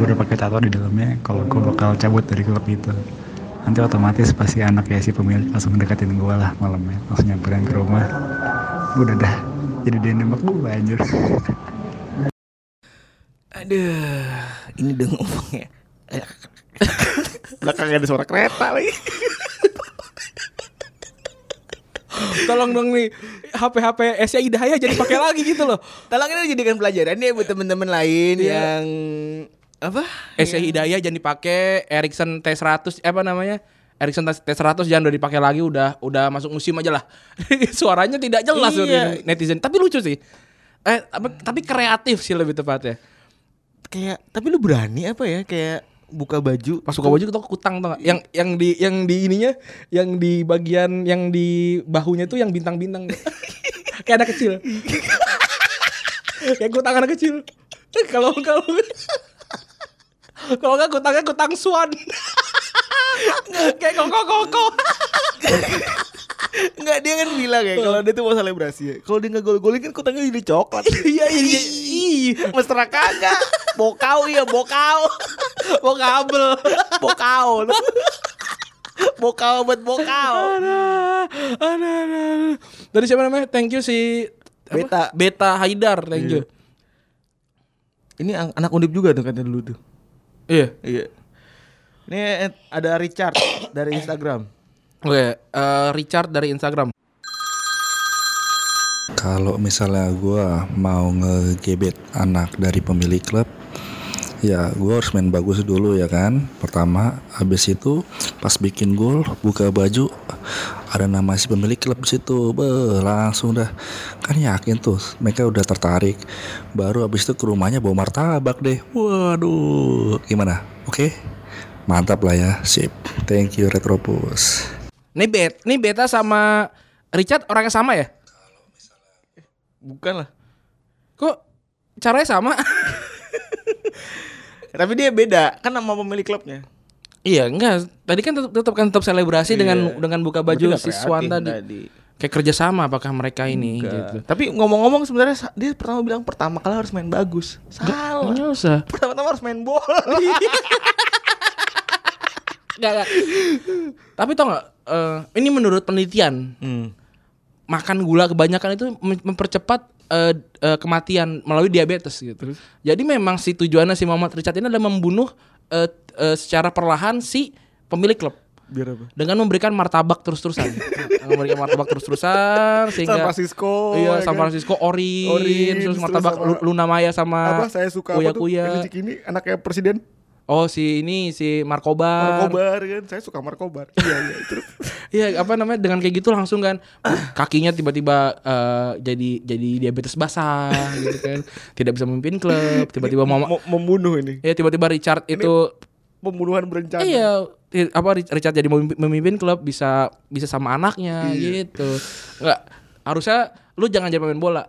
Speaker 9: Gue udah pakai tato di dalamnya Kalau gue bakal cabut dari klub itu Nanti otomatis pasti anak ya si pemilik Langsung deketin gue lah malamnya Langsung nyamperin ke rumah Udah dah Jadi dia nembak gue anjir
Speaker 3: aduh ini udah ngomongnya
Speaker 5: Belakangnya ada suara kereta lagi.
Speaker 2: Tolong dong nih HP-HP SCI Dahaya jadi pakai lagi gitu loh.
Speaker 3: tolong ini jadikan pelajaran ya buat temen-temen lain
Speaker 2: Iya.
Speaker 5: ya.
Speaker 3: yang apa
Speaker 2: SCI Hidayah jangan dipakai, Ericsson T100 eh, apa namanya? Ericsson T100 jangan udah dipakai lagi udah udah masuk musim aja lah. [LAUGHS] Suaranya tidak jelas
Speaker 3: Iya.
Speaker 2: dari netizen, tapi lucu sih. Eh apa- tapi kreatif sih lebih tepatnya.
Speaker 3: kayak tapi lu berani apa ya kayak buka baju
Speaker 2: Pas buka baju tuh kutang tuh yang yang di yang di ininya yang di bagian yang di bahunya tuh yang bintang-bintang [LAUGHS] kayak anak kecil kayak kutang anak kecil Eh, kalau kalau kalau nggak kutangnya kutang swan [LAUGHS] kayak koko koko
Speaker 5: Enggak dia kan bilang ya kalau dia tuh mau selebrasi ya. Kalau dia nggak gol-golin kan kutangnya jadi coklat. [LAUGHS]
Speaker 2: iya iya iya
Speaker 5: Mesra kagak. Bokau ya bokau. [LAUGHS]
Speaker 2: mau kabel
Speaker 5: Bokau. bokau buat
Speaker 2: [LAUGHS]
Speaker 5: bokau.
Speaker 2: Aduh, aduh, aduh. dari siapa namanya thank you si apa?
Speaker 3: Beta.
Speaker 2: beta haidar thank you
Speaker 3: Iya. ini an- anak undip juga tuh katanya dulu tuh
Speaker 2: iya
Speaker 3: iya ini eh, ada Richard [COUGHS] dari Instagram
Speaker 2: Oke, eh, Richard dari Instagram.
Speaker 9: Kalau misalnya gue mau ngegebet anak dari pemilik klub, ya gue harus main bagus dulu ya kan. Pertama, habis itu pas bikin gol, buka baju, ada nama si pemilik klub di situ, Beuh, langsung dah. Kan yakin tuh, mereka udah tertarik. Baru habis itu ke rumahnya bawa martabak deh. Waduh, gimana? Oke, mantap lah ya, sip. Thank you Retropus.
Speaker 2: Nih bet, nih beta sama Richard orangnya sama ya?
Speaker 3: bukan lah
Speaker 2: Kok caranya sama? [LAUGHS]
Speaker 3: tapi dia beda kan nama pemilik klubnya
Speaker 2: iya, enggak. Tadi kan tetap, tetap kan tetap selebrasi dengan dengan buka baju
Speaker 3: Iya. Berarti nggak
Speaker 2: siswan
Speaker 3: kreatif
Speaker 2: tadi. Kayak kerja sama apakah mereka ini gitu.
Speaker 3: Gitu. Tapi ngomong-ngomong sebenarnya sa- dia pertama bilang pertama kali harus main bagus. Salah.
Speaker 2: Enggak usah.
Speaker 3: Pertama-tama harus main bola.
Speaker 5: Iya.
Speaker 2: Enggak, enggak. Tapi tau enggak eh, ini menurut penelitian,
Speaker 5: Hmm.
Speaker 2: makan gula kebanyakan itu mem- mempercepat eh, eh, kematian melalui diabetes gitu. Jadi memang si tujuannya si Muhammad Richard ini adalah membunuh eh, eh, secara perlahan si pemilik klub
Speaker 5: Biar apa?
Speaker 2: dengan memberikan martabak terus-terusan. Dengan memberikan martabak terus-terusan sehingga
Speaker 5: San Francisco.
Speaker 2: Iya,
Speaker 5: ya
Speaker 2: San
Speaker 5: kan?
Speaker 2: Francisco Orin,
Speaker 5: Orin,
Speaker 2: terus
Speaker 5: terus
Speaker 2: martabak
Speaker 5: sama-
Speaker 2: Lu- Luna Maya sama
Speaker 5: Apa saya suka
Speaker 2: Kuya
Speaker 5: apa tuh?
Speaker 2: Kuya.
Speaker 5: Energi ini anaknya presiden
Speaker 2: Oh, si ini si Markobar.
Speaker 5: Markobar kan. Saya suka
Speaker 2: [LAUGHS]
Speaker 5: Markobar. iya iya. Terus
Speaker 2: Iya apa namanya dengan kayak gitu langsung kan kakinya tiba-tiba eh, jadi jadi diabetes basah gitu kan tidak bisa memimpin klub tiba-tiba mama
Speaker 5: mo- membunuh ini.
Speaker 2: ya tiba-tiba Richard itu
Speaker 5: Pembunuhan berencana.
Speaker 2: iya i- apa Ri- Richard jadi memimpin, memimpin klub bisa bisa sama anaknya gitu nggak harusnya lu jangan jadi pemain bola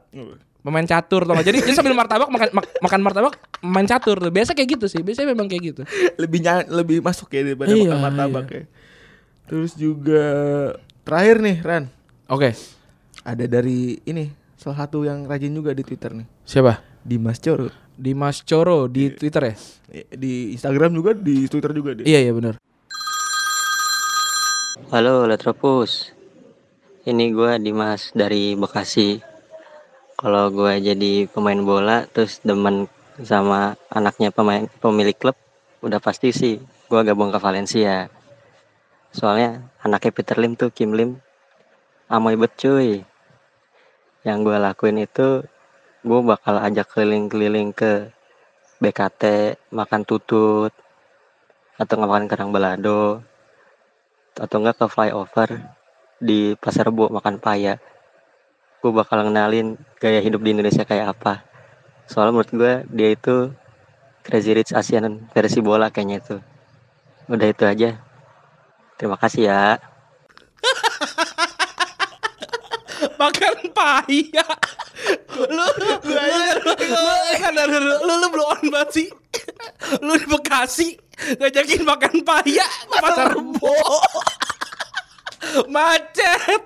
Speaker 2: pemain catur tau nggak? jadi jadi sambil martabak makan mak- makan martabak main catur tuh biasa kayak gitu sih biasanya memang kayak gitu
Speaker 3: lebih nyan- lebih masuk ya daripada
Speaker 2: Iya,
Speaker 3: makan martabak ya. [LAUGHS] Terus juga terakhir nih Ran,
Speaker 2: oke
Speaker 3: ada dari ini salah satu yang rajin juga di Twitter nih.
Speaker 2: siapa
Speaker 3: Dimas Corot.
Speaker 2: Dimas Coro di Twitter ya
Speaker 3: Eh, Di Instagram juga, di Twitter juga dia.
Speaker 2: iya iya benar
Speaker 10: Halo Letropus Ini gue Dimas dari Bekasi Kalau gue jadi pemain bola Terus demen sama anaknya pemain pemilik klub Udah pasti sih gue gabung ke Valencia Soalnya anaknya Peter Lim tuh Kim Lim Amoy bet cuy Yang gue lakuin itu gue bakal ajak keliling-keliling ke BKT makan tutut atau nggak makan kerang belado atau enggak ke flyover di pasar bu makan paya gue bakal ngenalin gaya hidup di Indonesia kayak apa soalnya menurut gue dia itu Crazy Rich Asian versi bola kayaknya itu udah itu aja terima kasih ya
Speaker 2: Makan paya. Lu lu lu lu sadar dulu. lu lu belum on banget sih. Lu di Bekasi ngajakin makan paya ke pasar Rebo. Macet.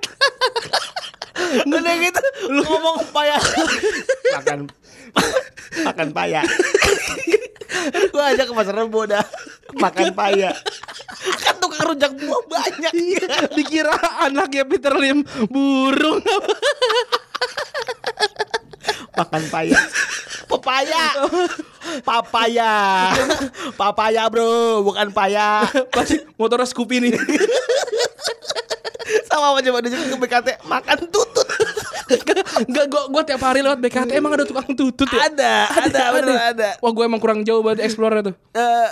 Speaker 2: Udah gitu lu ngomong paya.
Speaker 3: makan [LAUGHS] makan [LAUGHS] paya gue ajak ke pasar rebo dah makan paya
Speaker 2: kan tukang rujak buah banyak
Speaker 3: Iya.
Speaker 2: dikira anaknya Peter Lim burung
Speaker 3: makan paya papaya papaya papaya bro bukan paya
Speaker 2: pasti motor Scoopy nih
Speaker 3: sama aja mau diajak ke BKT makan tutut
Speaker 2: Enggak, gua, gua tiap hari lewat BKT emang ada tukang tutut ya?
Speaker 3: Ada, ada, bener, ada.
Speaker 2: Wah, gua emang kurang jauh banget explore tuh.
Speaker 3: Eh,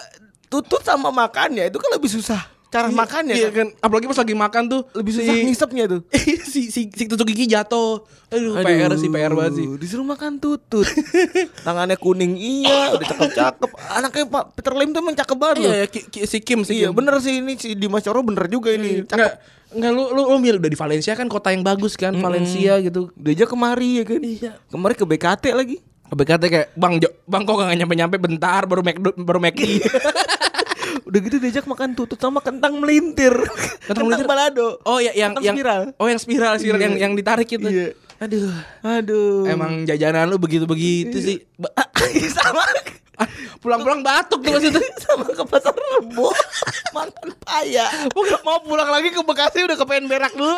Speaker 3: tutut sama makannya itu kan lebih susah cara
Speaker 2: Iya,
Speaker 3: makannya
Speaker 2: iya
Speaker 3: kan?
Speaker 2: kan. Apalagi pas lagi makan tuh lebih
Speaker 3: susah ngisepnya tuh
Speaker 2: Iya, si si si tutup gigi jatuh. Aduh, PR sih PR banget sih.
Speaker 3: disuruh makan tutut tangannya kuning iya udah cakep cakep anaknya Pak Peter Lim tuh emang cakep banget
Speaker 2: Iya,
Speaker 3: loh
Speaker 2: iya, Ki- Ki- si Kim si
Speaker 3: iya
Speaker 2: Kim.
Speaker 3: bener sih ini si Dimas Coro bener juga ini
Speaker 2: Enggak enggak lu lu lu milih udah di Valencia kan kota yang bagus kan Valencia gitu.
Speaker 3: diajak kemari ya kan iya. kemari ke BKT lagi
Speaker 2: BKT kayak Bang Jo, Bang kok gak nyampe-nyampe bentar baru Mac baru McD.
Speaker 3: Iya. udah gitu diajak makan tutut sama kentang melintir [LAUGHS] kentang,
Speaker 2: melintir?
Speaker 3: balado
Speaker 2: [LAUGHS] Oh ya yang
Speaker 3: Kentang
Speaker 2: yang
Speaker 3: Kan spiral.
Speaker 2: Oh yang spiral spiral
Speaker 3: Iya.
Speaker 2: yang yang ditarik gitu.
Speaker 3: Iya.
Speaker 2: Aduh,
Speaker 3: aduh
Speaker 2: emang jajanan lu begitu-begitu
Speaker 3: Iya.
Speaker 2: sih. Ba- [LAUGHS] Ah,
Speaker 3: sama
Speaker 2: Pulang-pulang batuk tuh
Speaker 3: [LAUGHS]
Speaker 2: maksudnya.
Speaker 3: sama ke pasar rebo makan paya Oh, mau pulang lagi ke Bekasi udah kepengen berak dulu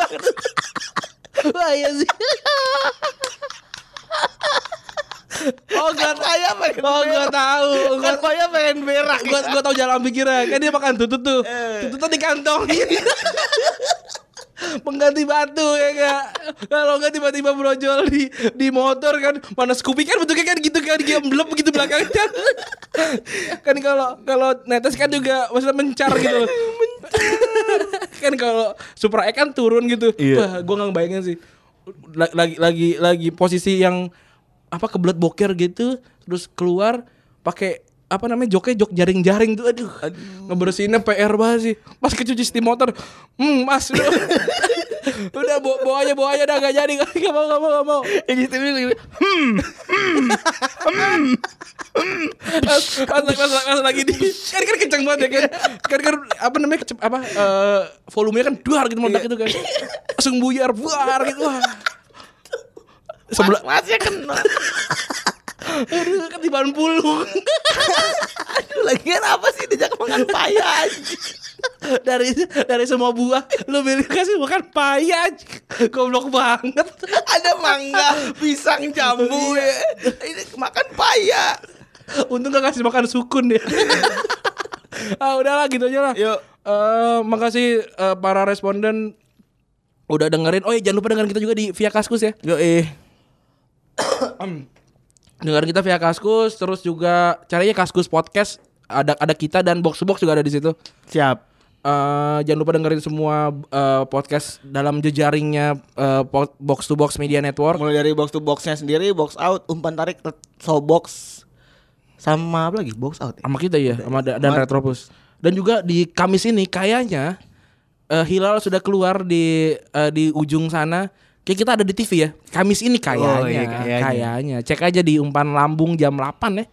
Speaker 2: Wah, iya sih. Oh, gua
Speaker 3: paya pengen
Speaker 2: Oh, gua tahu. Gua
Speaker 3: makan paya pengen berak
Speaker 2: gua, gua tahu jalan pikirnya. Kan dia makan tutut tuh. Tututnya di kantong. [LAUGHS] Pengganti batu ya enggak. Kalau enggak tiba-tiba brojol di di motor kan mana Scoopy kan bentuknya kan gitu kan dia blep gitu belakangnya [LAUGHS] kan. kan kalau kalau netes kan juga maksudnya mencar gitu. [LAUGHS] kan kalau Supra E kan turun gitu. Wah, gua nggak bayangin sih. La- Lagi lagi lagi posisi yang apa kebelet boker gitu terus keluar pakai apa namanya joknya jok jaring-jaring tuh aduh, ngebersihinnya PR banget sih pas kecuci steam motor hmm mas [LAUGHS] udah, udah bawa, bawa aja bawa aja dah gak jadi [LAUGHS] gak mau gak mau gak mau
Speaker 3: Ini steam ini
Speaker 2: pas, pas, pas, pas, pas lagi di kan kan kenceng banget ya kan kan kan apa namanya kece- apa eh, volumenya kan duar gitu meledak gitu kan langsung buyar buar gitu wah sebelah
Speaker 3: masnya kena
Speaker 2: aduh ketiban kan pulung
Speaker 3: aduh lagian apa sih diajak makan paya anjing?
Speaker 2: [LAUGHS] dari dari semua buah lu milih kasih makan paya goblok banget
Speaker 3: ada mangga pisang jambu ya. ini makan paya
Speaker 2: Iya. untung gak kasih makan sukun
Speaker 3: [LAUGHS]
Speaker 2: ya ah udahlah gitu aja lah
Speaker 3: Yuk.
Speaker 2: Eh, makasih eh, para responden udah dengerin oh ya jangan lupa dengerin kita juga di via kaskus ya
Speaker 3: yo eh [COUGHS]
Speaker 2: dengerin kita via kaskus terus juga caranya kaskus podcast ada ada kita dan box to box juga ada di situ
Speaker 3: siap
Speaker 2: Eh, jangan lupa dengerin semua eh, podcast dalam jejaringnya eh, po- box to box media network
Speaker 3: mulai dari box to boxnya sendiri box out umpan tarik tet- so box sama apa lagi box out ya?
Speaker 2: sama kita ya sama da- dan Retropus dan juga di Kamis ini kayaknya eh, hilal sudah keluar di eh, di ujung sana kayak kita ada di TV ya Kamis ini kayaknya
Speaker 3: Oh, iya,
Speaker 2: kayaknya.
Speaker 3: kayaknya.
Speaker 2: cek aja di umpan lambung jam 8 ya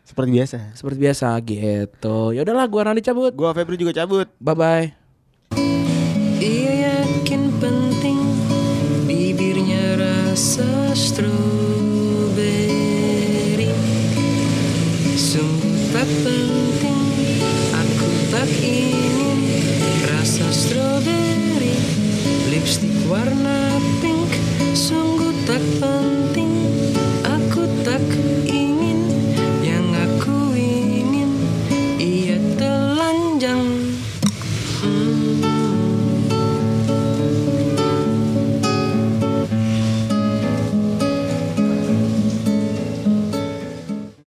Speaker 3: seperti biasa
Speaker 2: seperti biasa gitu ya udahlah gua Randy cabut
Speaker 3: gua Febri juga cabut
Speaker 2: bye bye
Speaker 11: Ia yakin penting Bibirnya rasa stroberi Sungguh tak penting Aku tak ingin Rasa stroberi Lipstik warna pink Sungguh tak penting